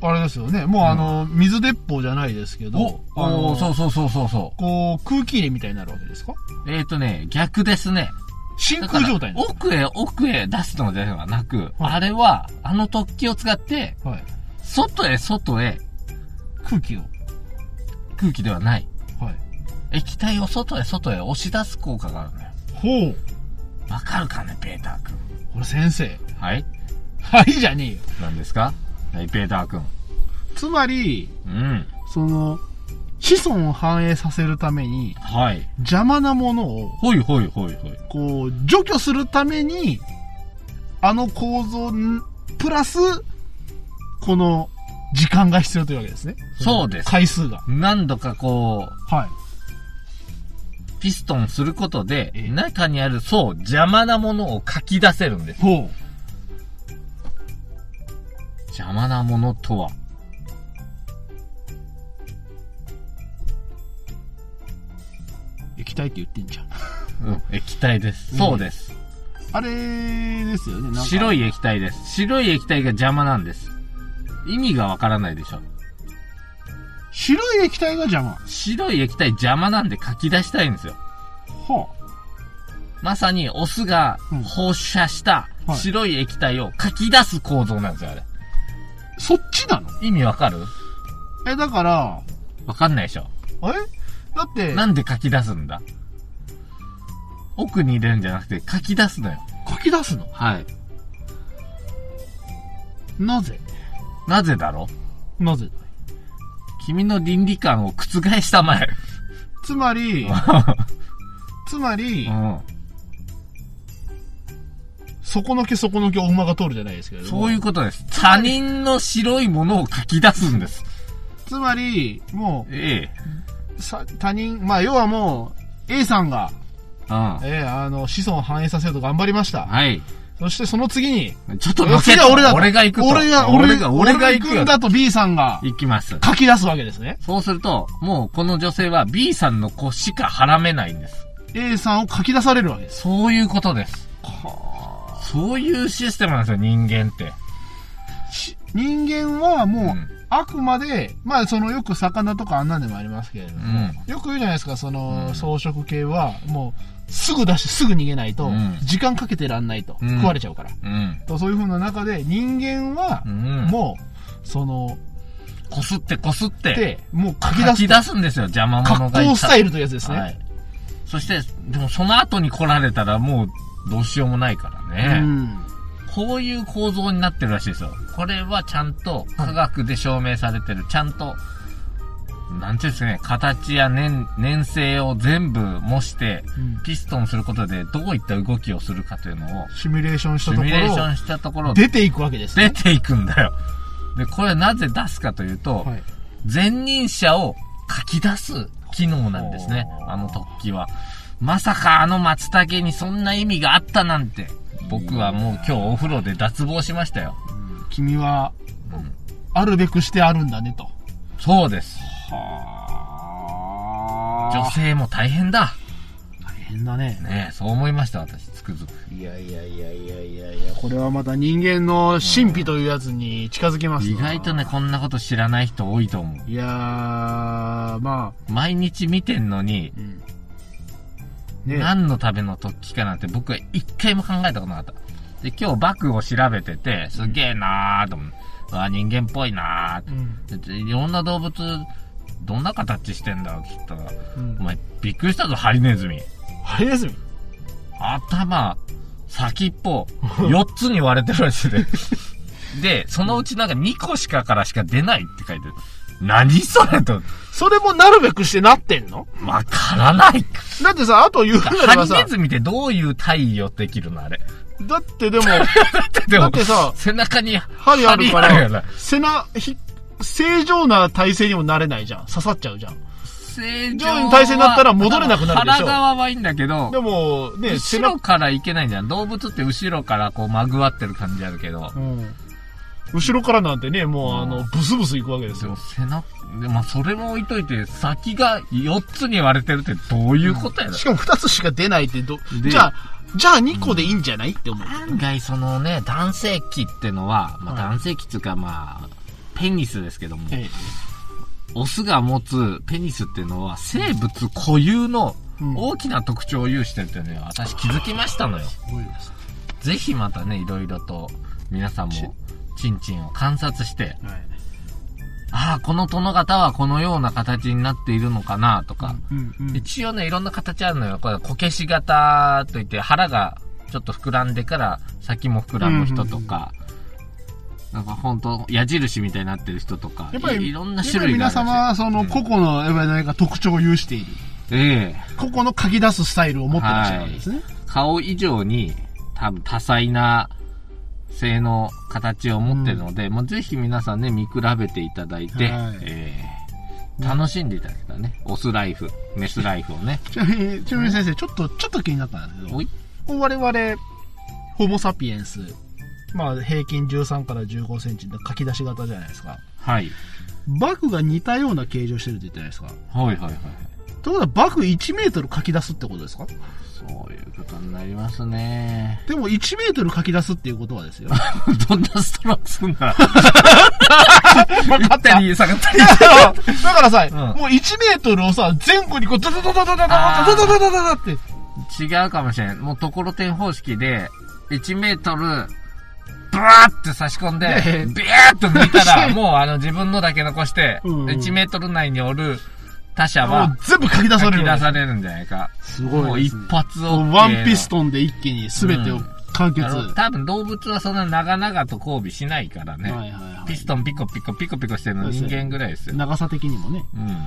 Speaker 2: あれですよね。もうあの、水鉄砲じゃないですけど、あ
Speaker 1: お
Speaker 2: の
Speaker 1: おーそうそうそうそうそ
Speaker 2: こう、空気入れみたいになるわけですか
Speaker 1: う。えっ、ー、とね、逆ですね。
Speaker 2: 真
Speaker 1: だか
Speaker 2: 空
Speaker 1: ら
Speaker 2: 状態なんです
Speaker 1: 奥へ奥へ出すのではなく、
Speaker 2: はい
Speaker 1: あれは、あの突起を使って、
Speaker 2: かはい。
Speaker 1: 外へ外へ
Speaker 2: 空気を。
Speaker 1: 空気ではない。
Speaker 2: はい。
Speaker 1: 液体を外へ外へ押し出す効果があるのよ。
Speaker 2: ほう。
Speaker 1: わかるかね、ペーター君。
Speaker 2: これ先生。
Speaker 1: はい
Speaker 2: はいじゃねえよ。
Speaker 1: 何ですかはい、ペーター君。
Speaker 2: つまり、
Speaker 1: うん。
Speaker 2: その、子孫を繁栄させるために、
Speaker 1: はい。
Speaker 2: 邪魔なものを、
Speaker 1: ほいほいほいほい。
Speaker 2: こう、除去するために、あの構造に、プラス、この、時間が必要というわけですね。
Speaker 1: そうです
Speaker 2: 回数が。
Speaker 1: 何度かこ
Speaker 2: はい。
Speaker 1: う、ピストンすることで
Speaker 2: ええ、
Speaker 1: 中にある、そう、邪魔なものを書き出せるんです。
Speaker 2: ほう。
Speaker 1: 邪魔なものとは
Speaker 2: 液体って言ってんじゃん。
Speaker 1: うん、液体です。
Speaker 2: うん
Speaker 1: そうです。
Speaker 2: あれですよね、なんか。
Speaker 1: 白
Speaker 2: い。
Speaker 1: い液体です。白い液体が邪魔なんです。意味がわからないでしょ。
Speaker 2: 白い液体が邪魔。
Speaker 1: 白い液体邪魔なんで書き出したいんですよ。
Speaker 2: は
Speaker 1: まさにオスが
Speaker 2: うん
Speaker 1: 放射した
Speaker 2: はい
Speaker 1: 白い液体を書き出す構造なんですよ、あれ。
Speaker 2: あ、そっちなの
Speaker 1: 意味わかる
Speaker 2: え、だから、
Speaker 1: わかんないでしょ。
Speaker 2: えだって、
Speaker 1: なんで書き出すんだ奥に入れるんじゃなくて書き出すのよ。
Speaker 2: 書き出すの
Speaker 1: はい。
Speaker 2: なぜ
Speaker 1: なぜだろ
Speaker 2: なぜ
Speaker 1: 君の倫理観を覆したまえ。
Speaker 2: つ まり、つまり
Speaker 1: う、ん。
Speaker 2: 底の毛底の毛お馬が通るじゃないですけれども。
Speaker 1: そういうことです。他人の白いものを書き出すんです。
Speaker 2: つまり、も
Speaker 1: ええ。
Speaker 2: う、さ、他人、まあ、要はもう、A さんが、
Speaker 1: うん。
Speaker 2: えーあの、子孫を繁栄させようと頑張りました。
Speaker 1: はい。
Speaker 2: そしてその次に、
Speaker 1: ちょっと乗せ
Speaker 2: 次
Speaker 1: て
Speaker 2: は俺だと。
Speaker 1: 俺が行くと。
Speaker 2: 俺が、
Speaker 1: 俺が、俺が行
Speaker 2: 俺
Speaker 1: く
Speaker 2: 行く
Speaker 1: よ
Speaker 2: んだと B さんが、
Speaker 1: 行きます。
Speaker 2: 書き出すわけですね。
Speaker 1: そうすると、もうこの女性は B さんの子しかはらめないんです。
Speaker 2: A さんを書き出されるわけです。
Speaker 1: そういうことです。そういうシステムなんですよ、人間って。
Speaker 2: し人間はもう、
Speaker 1: うん
Speaker 2: あくまで、まあ、そのよく魚とかあんなんでもありますけれども、
Speaker 1: う
Speaker 2: よく言うじゃないですか、その、
Speaker 1: うん
Speaker 2: 草食系は、もう、すぐ出してすぐ逃げないと、
Speaker 1: うん
Speaker 2: 時間かけてらんないと、
Speaker 1: うん
Speaker 2: 食われちゃうから。
Speaker 1: ん。うん。
Speaker 2: とそういう風な中で、人間は
Speaker 1: う、ん。
Speaker 2: もう、その、
Speaker 1: こすってこすって、
Speaker 2: で、もう書き
Speaker 1: 書
Speaker 2: 出
Speaker 1: き
Speaker 2: す
Speaker 1: 出すんですよ、邪魔者
Speaker 2: 格
Speaker 1: がい
Speaker 2: 好スタイルというやつで
Speaker 1: です
Speaker 2: ね。
Speaker 1: はい。そして、でもその後に来られたらもうどうしようもないからね。
Speaker 2: うん。
Speaker 1: こういう構造になってるらしいですよ。これはちゃんと科学で証明されてる。ちゃんと、なんていうんですかね、形や年、年性を全部模して、
Speaker 2: うん
Speaker 1: ピストンすることでどういった動きをするかというのを、
Speaker 2: シミュレーションし
Speaker 1: シ
Speaker 2: たとこ
Speaker 1: ミュレーショ
Speaker 2: ろ、
Speaker 1: ンしたところ、
Speaker 2: 出ていくわけですね。
Speaker 1: 出ていくんだよ。で、これなぜ出すかというと、
Speaker 2: はい。
Speaker 1: 前任者を書き出す機能なんですね。あの突起は。まさかあの松茸にそんな意味があったなんて。僕はもう今日お風呂で脱帽しましたよ。
Speaker 2: 君は、あるべくしてあるんだねと。
Speaker 1: そうです。
Speaker 2: は
Speaker 1: 女性も大変だ。
Speaker 2: 大変だね。
Speaker 1: ねえ、そう思いました、私、つくづく。
Speaker 2: いやいやいやいやいやいや、これはまた人間の神秘というやつに近づきます
Speaker 1: 意
Speaker 2: な
Speaker 1: 外と。ね、こんなこと知らない人多いと思う。
Speaker 2: いやー、まあ、
Speaker 1: 毎日見てんのに、
Speaker 2: うん。ね
Speaker 1: 何のための突起かなんて僕は一回も考えたことなかった。で、今日バクを調べてて、すげえなーと思う。うわ、人間っぽいなーって
Speaker 2: う。ん。
Speaker 1: でいろんな動物、どんな形してんだろうって言ったら、
Speaker 2: うん
Speaker 1: お前、びっくりしたぞ、ハリネズミ。
Speaker 2: ハリネズミ
Speaker 1: 頭、先っ ぽ、4つに割れてるらしいで。で、そのうちなんか2個しかからしか出ないって書いてる。何それと、
Speaker 2: それもなるべくしてなってんの
Speaker 1: わからない。
Speaker 2: だってさ、あと言うな
Speaker 1: ハ
Speaker 2: らば
Speaker 1: リネ
Speaker 2: さ、
Speaker 1: ズミってどういう体位をできるのあれ。
Speaker 2: だっ てでも、
Speaker 1: で
Speaker 2: だ
Speaker 1: も
Speaker 2: っ、てさ、
Speaker 1: 背中に
Speaker 2: 針あるか
Speaker 1: 針あるから
Speaker 2: ら、背な、ひ、正常な体勢にもなれないじゃん。刺さっちゃうじゃん。
Speaker 1: 正
Speaker 2: 常に体勢になったら戻れなくなるでし
Speaker 1: 腹
Speaker 2: ょ
Speaker 1: 側はいいんだけど
Speaker 2: で、も、ね、背
Speaker 1: 後
Speaker 2: 中
Speaker 1: ろ、からいけないじゃん。動物って後ろからこうまぐわってる感じあるけど。
Speaker 2: うん。後ろからなんてね、もうあの、ブスブスいくわけです
Speaker 1: でも
Speaker 2: よ。
Speaker 1: 背中、でまあそれも置いといて、先が4つに割れてるってどういうことやろ、
Speaker 2: しかも2つしか出ないってど
Speaker 1: で、
Speaker 2: じゃあ、じゃあ2個でいいんじゃないって思う。
Speaker 1: 案外そのね、男性器ってのは、まあ、
Speaker 2: はい
Speaker 1: 男性器っていうかまあ、ペニスですけども、
Speaker 2: ええ
Speaker 1: オスが持つペニスっていうのは生物固有の
Speaker 2: うん
Speaker 1: 大きな特徴を有してるっていうのは私気づきましたのよ。
Speaker 2: すごいです
Speaker 1: ぜひまたね、いろいろと皆さん
Speaker 2: ち
Speaker 1: も、チンチンを観察して、
Speaker 2: ね。はい
Speaker 1: ああ、この殿方はこのような形になっているのかなとか、
Speaker 2: うんうん
Speaker 1: 一応ね、いろんな形あるのよ。これ、こけし型といって、腹がちょっと膨らんでから、先も膨らむ人とか、なんかほんと、矢印みたいになってる人とか、
Speaker 2: やっぱり、
Speaker 1: いいろんな種類があ
Speaker 2: やっ
Speaker 1: る
Speaker 2: ぱり皆様は、その、
Speaker 1: うん
Speaker 2: 個々の、やっぱり何か特徴を有している。
Speaker 1: らしいええ
Speaker 2: 個々の書き出すスタイルを持ってらっしゃるわけですね。
Speaker 1: 顔以上に、多分多彩な性の形を持ってるので、もうぜひ皆さんね、見比べていただいて、
Speaker 2: はい
Speaker 1: ええ楽しんでいただけたらね、オスライフ、メスライフをね、
Speaker 2: ちなみに、ちなみに先生、ちょっと、ちょっと気になったんですけど
Speaker 1: おい、
Speaker 2: 我々、ホモサピエンス、まあ、平均13から15センチの書き出し型じゃないですか。
Speaker 1: はい。
Speaker 2: バクが似たような形状してるって言ったじゃないですか。
Speaker 1: はいはいはい。
Speaker 2: ということは、バク1メートル書き出すってことですか
Speaker 1: そういうことになりますね。
Speaker 2: でも、1メートル書き出すっていうことはですよ。
Speaker 1: どんなストロークすんだったり下がったり。
Speaker 2: だからさ、
Speaker 1: ん
Speaker 2: もう1メートルをさ、前後にこう、ダダダダダダダ
Speaker 1: あ
Speaker 2: ダ
Speaker 1: ー
Speaker 2: ダダダダダって、
Speaker 1: 違うかもしれん。もうところてん方式で、1メートル、ブワーって差し込んで
Speaker 2: ねえ、
Speaker 1: ビヤーっと抜いた ら、もうあの自分のだけ残して、
Speaker 2: うん
Speaker 1: 1メートル内におる他者
Speaker 2: も
Speaker 1: は
Speaker 2: う、全部書き出さ
Speaker 1: 書
Speaker 2: れ
Speaker 1: き
Speaker 2: る。
Speaker 1: 出されるんじゃないか。
Speaker 2: す
Speaker 1: も
Speaker 2: ご
Speaker 1: う
Speaker 2: い
Speaker 1: 一
Speaker 2: ですね。
Speaker 1: 発を、
Speaker 2: もうワンピストンで一気に全てを完結。
Speaker 1: あの多分動物はそんな長々と交尾しないからね。
Speaker 2: はいはいは
Speaker 1: ピストンピコピコピコピコしてるの人間ぐらいです
Speaker 2: い。
Speaker 1: よ。
Speaker 2: 長さ的にもね。
Speaker 1: うん。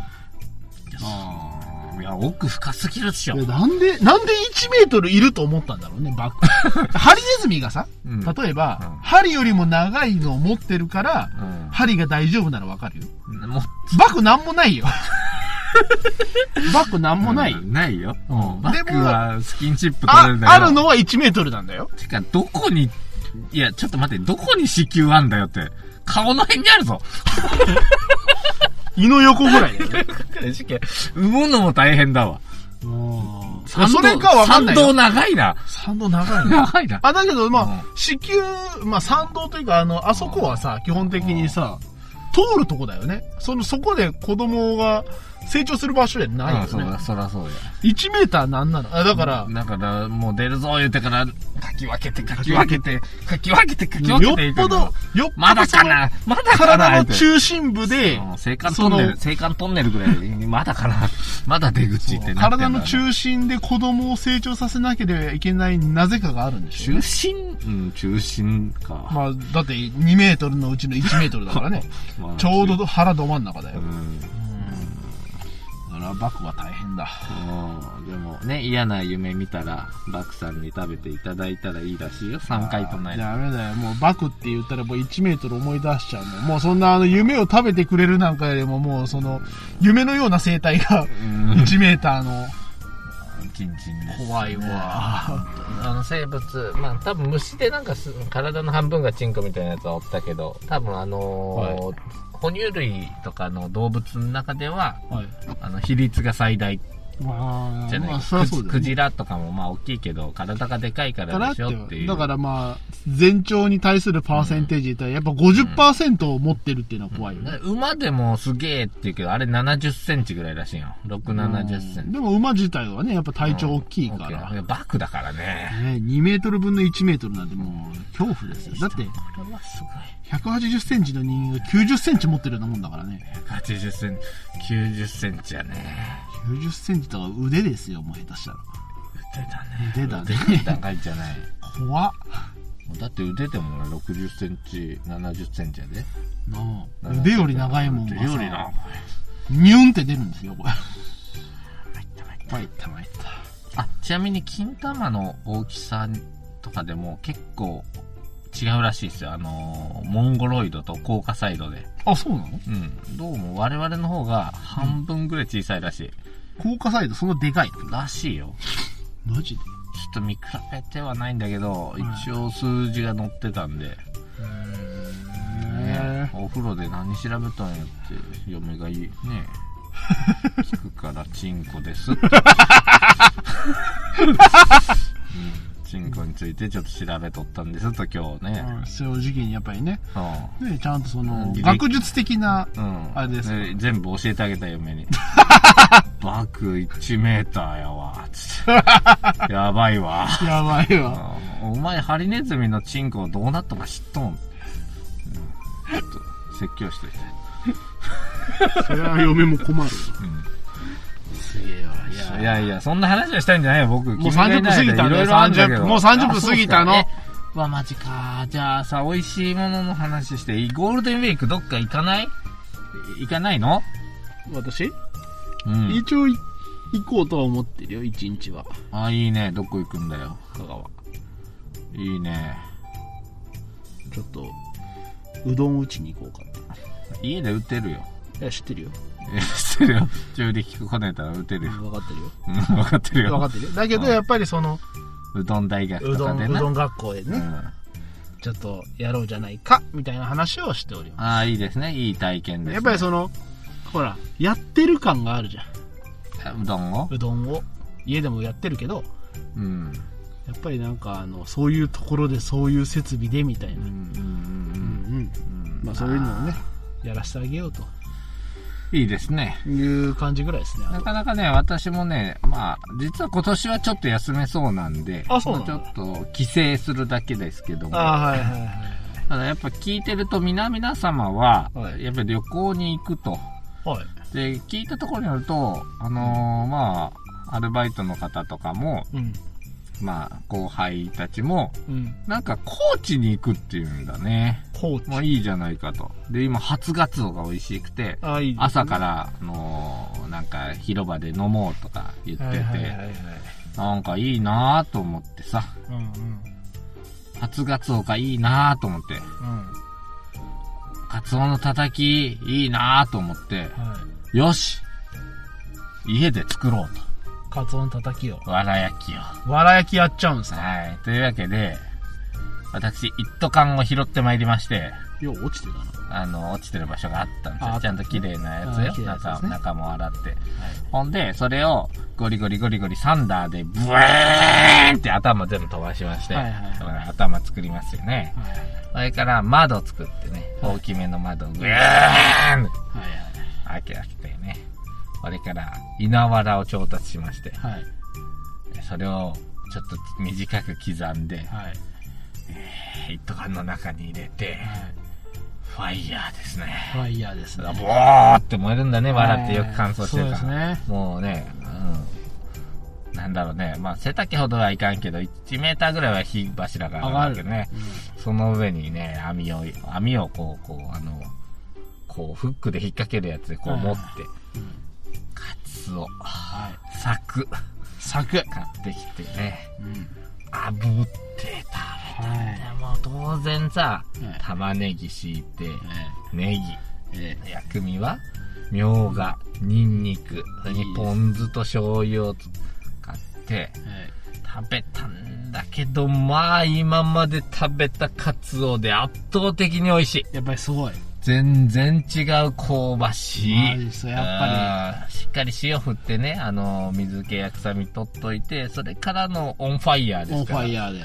Speaker 1: いや、奥深すぎるっしょ
Speaker 2: い。やなんで、なんで1メートルいると思ったんだろうね、バッ ク。ハリネズミがさ、
Speaker 1: うん
Speaker 2: 例えば、
Speaker 1: うん
Speaker 2: 針よりも長いのを持ってるから、
Speaker 1: うん
Speaker 2: 針が大丈夫ならわかるよ。
Speaker 1: も
Speaker 2: バックなんもないよ。 バックなん
Speaker 1: う、
Speaker 2: もない。
Speaker 1: うんないよ。うん。バ
Speaker 2: でも
Speaker 1: ッグはスキンシップ取れる
Speaker 2: あ
Speaker 1: ん、だよ。
Speaker 2: あるのは1メートルなんだよ。
Speaker 1: てか、どこに、いや、ちょっと待って、どこに子宮あんだよって。顔の辺にあるぞ。
Speaker 2: 胃の横ぐらいだよ ね。
Speaker 1: 産むのも大変だわ。
Speaker 2: それかわかんない
Speaker 1: 参道
Speaker 2: よ。
Speaker 1: 長いな。
Speaker 2: 参道長いね。
Speaker 1: 長いな。
Speaker 2: あ、だけど、まあ
Speaker 1: う、
Speaker 2: 子宮、まあ、参道というか、あの、あそこはさ、基本的にさ、通るとこだよね。その、そこで子供が成長する場所じゃない
Speaker 1: あ
Speaker 2: よ
Speaker 1: そう
Speaker 2: ね
Speaker 1: だ、。そらそうだ。
Speaker 2: 1メーターなんなのあ、だから、
Speaker 1: だから、もう出るぞ言うてから、かき分けて、かき分けて、かき分けて、かき分けて。
Speaker 2: よっぽど、よっぽど、
Speaker 1: まだかなまだかな
Speaker 2: 体の中心部で、
Speaker 1: うん青函トンネル、青
Speaker 2: そ
Speaker 1: 函トンネルぐらい、まだかな、まだ出口ってなってんだ
Speaker 2: 体の中心で子供を成長させなければいけないなぜかがあるんでしょ
Speaker 1: 中心うん、中心か。
Speaker 2: まあ、だって2メートルのうちの1メートルだ からね。
Speaker 1: まあ
Speaker 2: ちょうど腹ど真ん中だよ
Speaker 1: う。ん。
Speaker 2: だからバクは大変だ。
Speaker 1: うんでもね、嫌な夢見たら、バクさんに食べていただいたらいいらしいよ。3回とない。
Speaker 2: ダメだよ。もうバクって言ったらもう1メートル思い出しちゃうもん。もうそんなあの夢を食べてくれるなんかよりももうその夢のような生態が
Speaker 1: ん
Speaker 2: 1メーターの
Speaker 1: ちんちんです。
Speaker 2: 怖いわ。
Speaker 1: あの生物、まあ多分虫でなんかす体の半分がチンコみたいなやつはおったけど、多分あのー哺乳類とかの動物の中では、
Speaker 2: はい。
Speaker 1: あの比率が最大
Speaker 2: まあ、
Speaker 1: じゃない、
Speaker 2: まあ、そりゃ
Speaker 1: ク
Speaker 2: そ
Speaker 1: ジ
Speaker 2: うだ
Speaker 1: ク
Speaker 2: よ、
Speaker 1: ジ
Speaker 2: ね。
Speaker 1: ラとかもまあ大きいけど、体がでかいから
Speaker 2: だ
Speaker 1: でしょっていう。
Speaker 2: だからまあ、全長に対するパーセンテージで言ったらやっぱ50%を持ってるっていうのは怖いよね。
Speaker 1: ね馬でもすげえって言うけど、あれ70センチぐらいらしいよ。6、70センチ。
Speaker 2: でも馬自体はね、やっぱ体長大きいか
Speaker 1: 大きい
Speaker 2: ら。
Speaker 1: なバクだからね。
Speaker 2: ね、2メートル分の1メートルなんてもう恐怖ですよ。だって、
Speaker 1: これはすご
Speaker 2: 180センチの人間が90センチ持ってるようなもんだからね。
Speaker 1: い。80センチ、90センチやね。
Speaker 2: 90センチとか腕ですよ、もう下手したら。
Speaker 1: 腕だね。
Speaker 2: 腕だね
Speaker 1: 腕高いじゃない。
Speaker 2: 怖っ。
Speaker 1: だって腕でも俺60センチ、70センチやで。
Speaker 2: なあ腕より長いもんが
Speaker 1: 腕
Speaker 2: さ、
Speaker 1: よりな。
Speaker 2: ニュンって出るんですよ、これ。参った参った。
Speaker 1: あ、ちなみに金玉の大きさとかでも結構違うらしいですよ。あのー、モンゴロイドとコーカサイドで。
Speaker 2: あ、そうなの
Speaker 1: うん。どうも我々の方が半分ぐらい小さいらしい。
Speaker 2: 高架サイド、そんなでかい。
Speaker 1: らしいよ。
Speaker 2: マジで
Speaker 1: ちょっと見比べてはないんだけど、一応数字が載ってたんで、ね、お風呂で何調べたんやって嫁がいい ね 聞くからチンコですってうん進行についてちょっと調べとったんですと、今日ね。
Speaker 2: うん正直にやっぱりね
Speaker 1: そう。
Speaker 2: ねちゃんとその
Speaker 1: うん
Speaker 2: 学術的な
Speaker 1: うん。
Speaker 2: あれですか
Speaker 1: で全部教えてあげた嫁 に。バク1メーターやわ、つ って。やばいわ。
Speaker 2: やばいわ
Speaker 1: うんお前、ハリネズミのチンコどうなったか知っとん。うんちょっと、説教しといて。
Speaker 2: それは嫁も困るすげえわい
Speaker 1: いやいや、そんな話をしたいんじゃないよ、僕。
Speaker 2: もう30分過ぎた
Speaker 1: いろ
Speaker 2: ね
Speaker 1: いろあんだけ
Speaker 2: 30
Speaker 1: ど
Speaker 2: 分もう30分過ぎたの
Speaker 1: あそうっすかえわ、マジか。じゃあさ、美味しいものの話していい、ゴールデンウィークどっか行かないい行かないの
Speaker 4: 私、
Speaker 1: うん。
Speaker 4: 一応い行こうとは思ってるよ一日は
Speaker 1: あ、いいね。どこ行くんだよ。
Speaker 4: 香川
Speaker 1: いいね。
Speaker 4: ちょっとうどん打ちに行こうかな
Speaker 1: 家で打てるよ。
Speaker 4: いや知ってるよ
Speaker 1: え知ってるよ。中力こねたら打てるよ。
Speaker 4: 分かってるよ
Speaker 1: うん、わかってる
Speaker 2: 分か
Speaker 1: よ。
Speaker 2: ってるだけどやっぱりその
Speaker 1: うどん大学
Speaker 2: う
Speaker 1: と
Speaker 2: ど
Speaker 1: か
Speaker 2: ん
Speaker 1: で
Speaker 2: う
Speaker 1: な。
Speaker 2: どん学校で
Speaker 1: う
Speaker 2: ね
Speaker 1: ん
Speaker 2: ちょっとやろうじゃないかみたいな話をしており
Speaker 1: あ
Speaker 2: ま
Speaker 1: あ、いいですね。いい体験ですす、ね。
Speaker 2: やっぱりその
Speaker 4: ほらやってる感があるじゃん
Speaker 1: うどんを
Speaker 2: うどんを家でもやってるけど
Speaker 1: うん。
Speaker 4: やっぱりなんかあのそういうところでそういう設備でみたい
Speaker 1: うん、う、
Speaker 4: な、うんん
Speaker 1: うん。
Speaker 4: まあそういうのをね
Speaker 2: やらせてあげようと
Speaker 1: いいですね。
Speaker 2: いう感じぐらいですね
Speaker 1: なかなかね、私もね、まあ、実は今年はちょっと休めそうなんで、
Speaker 2: あそうなん
Speaker 1: ち
Speaker 2: だ
Speaker 1: ょっと帰省するだけですけども、
Speaker 2: あ
Speaker 1: た
Speaker 2: あはいはいはい
Speaker 1: だやっぱ聞いてると皆皆様は、
Speaker 2: はい
Speaker 1: やっぱり旅行に行くと。
Speaker 2: はい
Speaker 1: で、聞いたところによると、あのーまあ、アルバイトの方とかも、
Speaker 2: うん
Speaker 1: まあ、後輩たちも、
Speaker 2: うん
Speaker 1: なんか高知に行くっていうんだね。
Speaker 2: 高知
Speaker 1: まあいいじゃないかと。で、今、初ガツオが美味しくて、
Speaker 2: ああいいですね
Speaker 1: 朝から、あのーなんか広場で飲もうとか言ってて、
Speaker 2: はいはいはいはい
Speaker 1: なんかいいなぁと思ってさ、
Speaker 2: うんうん
Speaker 1: 初ガツオかいいなぁと思って、
Speaker 2: うん
Speaker 1: カツオのたたきいいなぁと思って、
Speaker 2: はい
Speaker 1: よし家で作ろう
Speaker 2: カツオのたたきを
Speaker 1: と。わら焼きを。
Speaker 2: わら焼きやっちゃうんですか
Speaker 1: はい。というわけで、私、一斗缶を拾ってまいりまして、
Speaker 4: よう落ちてたな
Speaker 1: あの、落ちてる場所があったんです
Speaker 2: あ
Speaker 1: よ。ちゃんと綺麗な
Speaker 2: あ
Speaker 1: やつ
Speaker 2: 綺
Speaker 1: よ。
Speaker 2: 麗なやつで
Speaker 1: 中
Speaker 2: すね
Speaker 1: 中も洗って。ほんで、それをゴリゴリゴリゴリサンダーでブエーンって頭全部飛ばしまして、
Speaker 2: はいはいは
Speaker 1: 頭作りますよね。
Speaker 2: はい
Speaker 1: それから窓作ってね、大きめの窓をグエーン
Speaker 2: はいは
Speaker 1: 開
Speaker 2: い
Speaker 1: け開けてね。それから稲わらを調達しまして、
Speaker 2: はい。
Speaker 1: それをちょっと短く刻んで、
Speaker 2: はい。
Speaker 1: 一斗缶の中に入れて、ファイヤーですね。
Speaker 2: ファイヤーです
Speaker 1: ボ
Speaker 2: ね。
Speaker 1: ーって燃えるんだね、笑ってよく乾燥して
Speaker 2: そう
Speaker 1: る
Speaker 2: で
Speaker 1: か
Speaker 2: す
Speaker 1: ら。
Speaker 2: ね。
Speaker 1: もうね、うん。なんだろうね。まあ、背丈ほどはいかんけど、1メーターぐらいは火柱が上がるわけね。その上にね、網を、網をこう、こう、あの、こう、フックで引っ掛けるやつでこう
Speaker 2: はい
Speaker 1: 持って、カツオ、サク、
Speaker 2: サク。
Speaker 1: 買ってきてね、
Speaker 4: うん
Speaker 1: 炙って食べたね。もう当然さ、
Speaker 4: はい
Speaker 1: 玉ねぎ敷いて、
Speaker 4: え
Speaker 1: ネギ、
Speaker 4: え
Speaker 1: 薬味はみょうがにんにくそれにポン酢と醤油を使って
Speaker 4: え
Speaker 1: 食べたんだけどまあ今まで食べたカツオで圧倒的に美味しい
Speaker 2: やっぱりすごい。
Speaker 1: 全然違う香ばしい
Speaker 2: マジっすやっぱ
Speaker 1: りしっかり塩振ってねあの水気や臭み取っといてそれからのオンファイヤーで
Speaker 4: オン
Speaker 1: す
Speaker 4: フ
Speaker 1: か
Speaker 4: ァ
Speaker 1: ら
Speaker 4: イ
Speaker 1: びっ
Speaker 4: ヤーで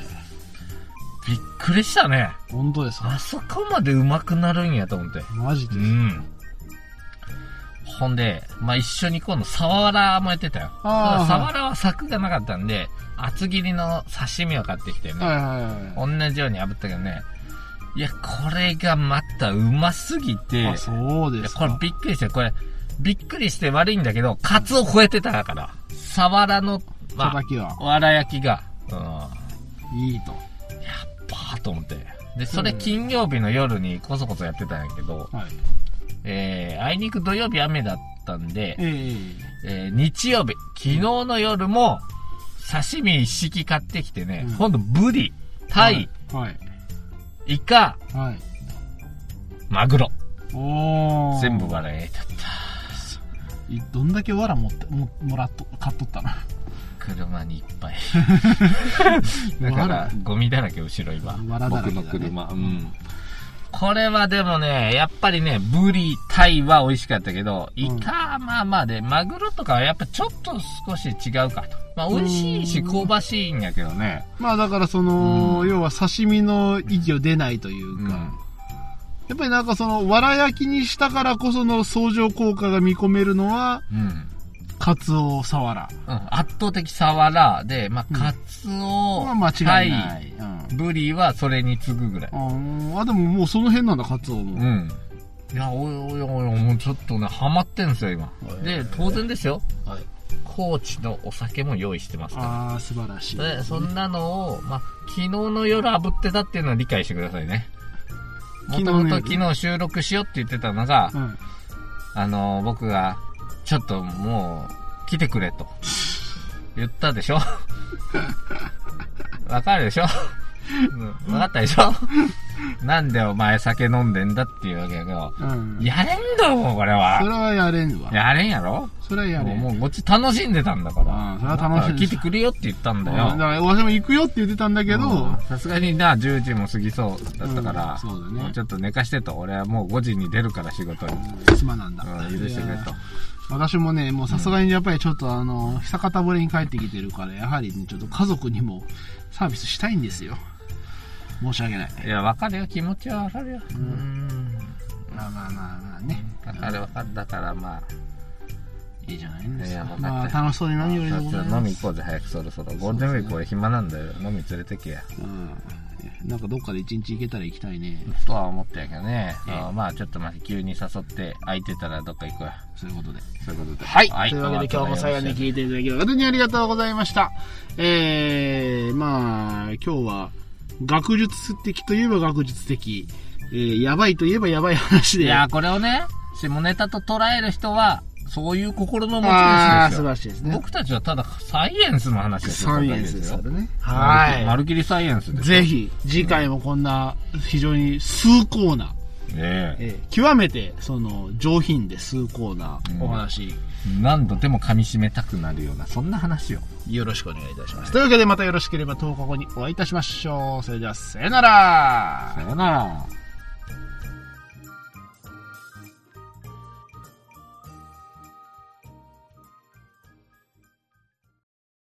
Speaker 1: くりしたね
Speaker 4: 本当ですか
Speaker 1: あそこまでうまくなるんやと思って
Speaker 4: マジで
Speaker 1: うん。ほんで、まあ、一緒に今度、サワラもやってたよ。
Speaker 4: あー
Speaker 1: ただサワラは柵がなかったんで、厚切りの刺身を買ってきてね。
Speaker 4: はいはいはい
Speaker 1: 同じように炙ったけどね。いや、これがまたうますぎて、いや
Speaker 4: あそうです
Speaker 1: これ
Speaker 4: か
Speaker 1: びっくりして、これ、びっくりして悪いんだけど、カツを超えてたから。サワラの、ま
Speaker 4: 叩きは
Speaker 1: あ、わら焼きが、うん。
Speaker 4: いいと
Speaker 1: バーッと思って。で、それ金曜日の夜にこそこそやってたんやけど、
Speaker 4: はい
Speaker 1: えー、あいにく土曜日雨だったんで、
Speaker 4: ええ
Speaker 1: えー日曜日、昨日の夜も、刺身一式買ってきてね、
Speaker 4: うん
Speaker 1: 今度ブリ、タイ、
Speaker 4: はい
Speaker 1: イカ、
Speaker 4: はい
Speaker 1: マグロ。
Speaker 4: おお
Speaker 1: 全部笑えたった。
Speaker 4: いどんだけわら持ってももらっと買っと ったな
Speaker 1: 車にいっ ぱい。 だ
Speaker 4: わ
Speaker 1: からら、ゴミだらけ後ろ今。
Speaker 4: わらだらけだね
Speaker 1: 僕の車。うん。これはでもね、やっぱりね、ブリ、タイは美味しかったけど、イ
Speaker 2: ん
Speaker 1: カ、まあまあで、マグロとかはやっぱちょっと少し違うかと。まあ美味しいし香ばしいんやけどね。
Speaker 2: まあだからその、要は刺身の息を出ないという
Speaker 1: う
Speaker 2: か、
Speaker 1: ん。
Speaker 2: やっぱりなんかその、わら焼きにしたからこその相乗効果が見込めるのは、
Speaker 1: うん。
Speaker 2: カツオ、サワラ。
Speaker 1: うん圧倒的サワラで、まあ、カツオ、
Speaker 2: まあ間違い
Speaker 1: タイ
Speaker 2: ない。うん
Speaker 1: ブリはそれに次ぐぐらい。
Speaker 2: あーあ、でももうその辺なんだ、カツオ
Speaker 1: う
Speaker 2: も。
Speaker 1: ん。いや、おいおいおいおい、もうちょっとね、ハマってんすよ、今。で、当然ですよ。
Speaker 2: はい
Speaker 1: 高知のお酒も用意してますか
Speaker 2: ああ、素晴らしい。
Speaker 1: ら。で、そんなのを、まあ、昨日の夜炙ってたっていうのは理解してくださいね。も
Speaker 2: 昨日
Speaker 1: と
Speaker 2: の夜
Speaker 1: もと昨日収録しようって言ってたのが、
Speaker 2: うん。
Speaker 1: あの、僕が、ちょっともう、来てくれと。言った でしょわかるでしょうんわかったでしょなんでお前酒飲んでんだっていうわけやけど。
Speaker 2: うん。
Speaker 1: やれんだもん、これ
Speaker 2: それ
Speaker 1: は。
Speaker 2: はやれんわ。
Speaker 1: やれんやろ
Speaker 2: それはやれん。
Speaker 1: もう、もうこっち楽しんでたんだから。
Speaker 2: うんそれは楽しい
Speaker 1: だから
Speaker 2: です
Speaker 1: 来てくれよって言ったんだ
Speaker 2: うんだ
Speaker 1: よ。
Speaker 2: から、私も行くよって言ってたんだけど、
Speaker 1: うんさすがにな、10時も過ぎそうだったから、
Speaker 2: うんそうだね
Speaker 1: もうちょっと寝かしてと。俺はもう5時に出るから仕事に。
Speaker 2: すまなんだ。
Speaker 1: うん、許してくれ
Speaker 2: い
Speaker 1: と
Speaker 2: や。私もね、もうさすがにやっぱりちょっとあの、久方ぶりに帰ってきてるから、やはりね、ちょっと家族にもサービスしたいんですよ。申し訳ない。
Speaker 1: いや、わかるよ。気持ちはわかるよ。うん。
Speaker 2: まあまあまあまあね。
Speaker 1: わかるわかる。だからまあ、
Speaker 2: いいじゃないんです
Speaker 1: いや
Speaker 2: か
Speaker 1: わか。った
Speaker 2: まあ楽しそうに何よりでご
Speaker 1: ちょ
Speaker 2: ざ
Speaker 1: っ
Speaker 2: い
Speaker 1: と飲
Speaker 2: ま
Speaker 1: み
Speaker 2: す。
Speaker 1: 行こうぜ、早くそろそろ。ゴールデンウィーク俺暇なんだよ。飲み連れてけや。
Speaker 2: うん。なんかどっかで一日行けたら行きたいね。
Speaker 1: とは思ったんやけどね。あーまあ、ちょっと待って、急に誘って、空いてたらどっか行こうよ。
Speaker 2: そういうことで。
Speaker 1: そういうことで。
Speaker 2: はい。
Speaker 1: はい
Speaker 2: というわけで今日も最後に聞いていただき誠にありがとうございました。えー、まあ、今日は学術的といえば学術的、えー、やばいといえばやばい話で。
Speaker 1: いやー、これをね、下ネタと捉える人は、そういう心の持ち
Speaker 2: あ
Speaker 1: 主です
Speaker 2: ー素晴
Speaker 1: よ。
Speaker 2: らしいですね。
Speaker 1: 僕たちはただサイエンスの話をしてただ
Speaker 2: サ
Speaker 1: け
Speaker 2: イエンスです
Speaker 1: よ
Speaker 2: からね。
Speaker 1: ま
Speaker 2: は
Speaker 1: るきりサイエンスで
Speaker 2: い。
Speaker 1: す。
Speaker 2: ぜひ、次回もこんな非常に崇高な、
Speaker 1: ええ
Speaker 2: えー極めてその上品で崇高なお話、
Speaker 1: 何度でも噛み締めたくなるような、そんな話を。
Speaker 2: よろしくお願いいたします。というわけでまたよろしければ10日後にお会いいたしましょう。それでは、さよなら
Speaker 1: さよなら。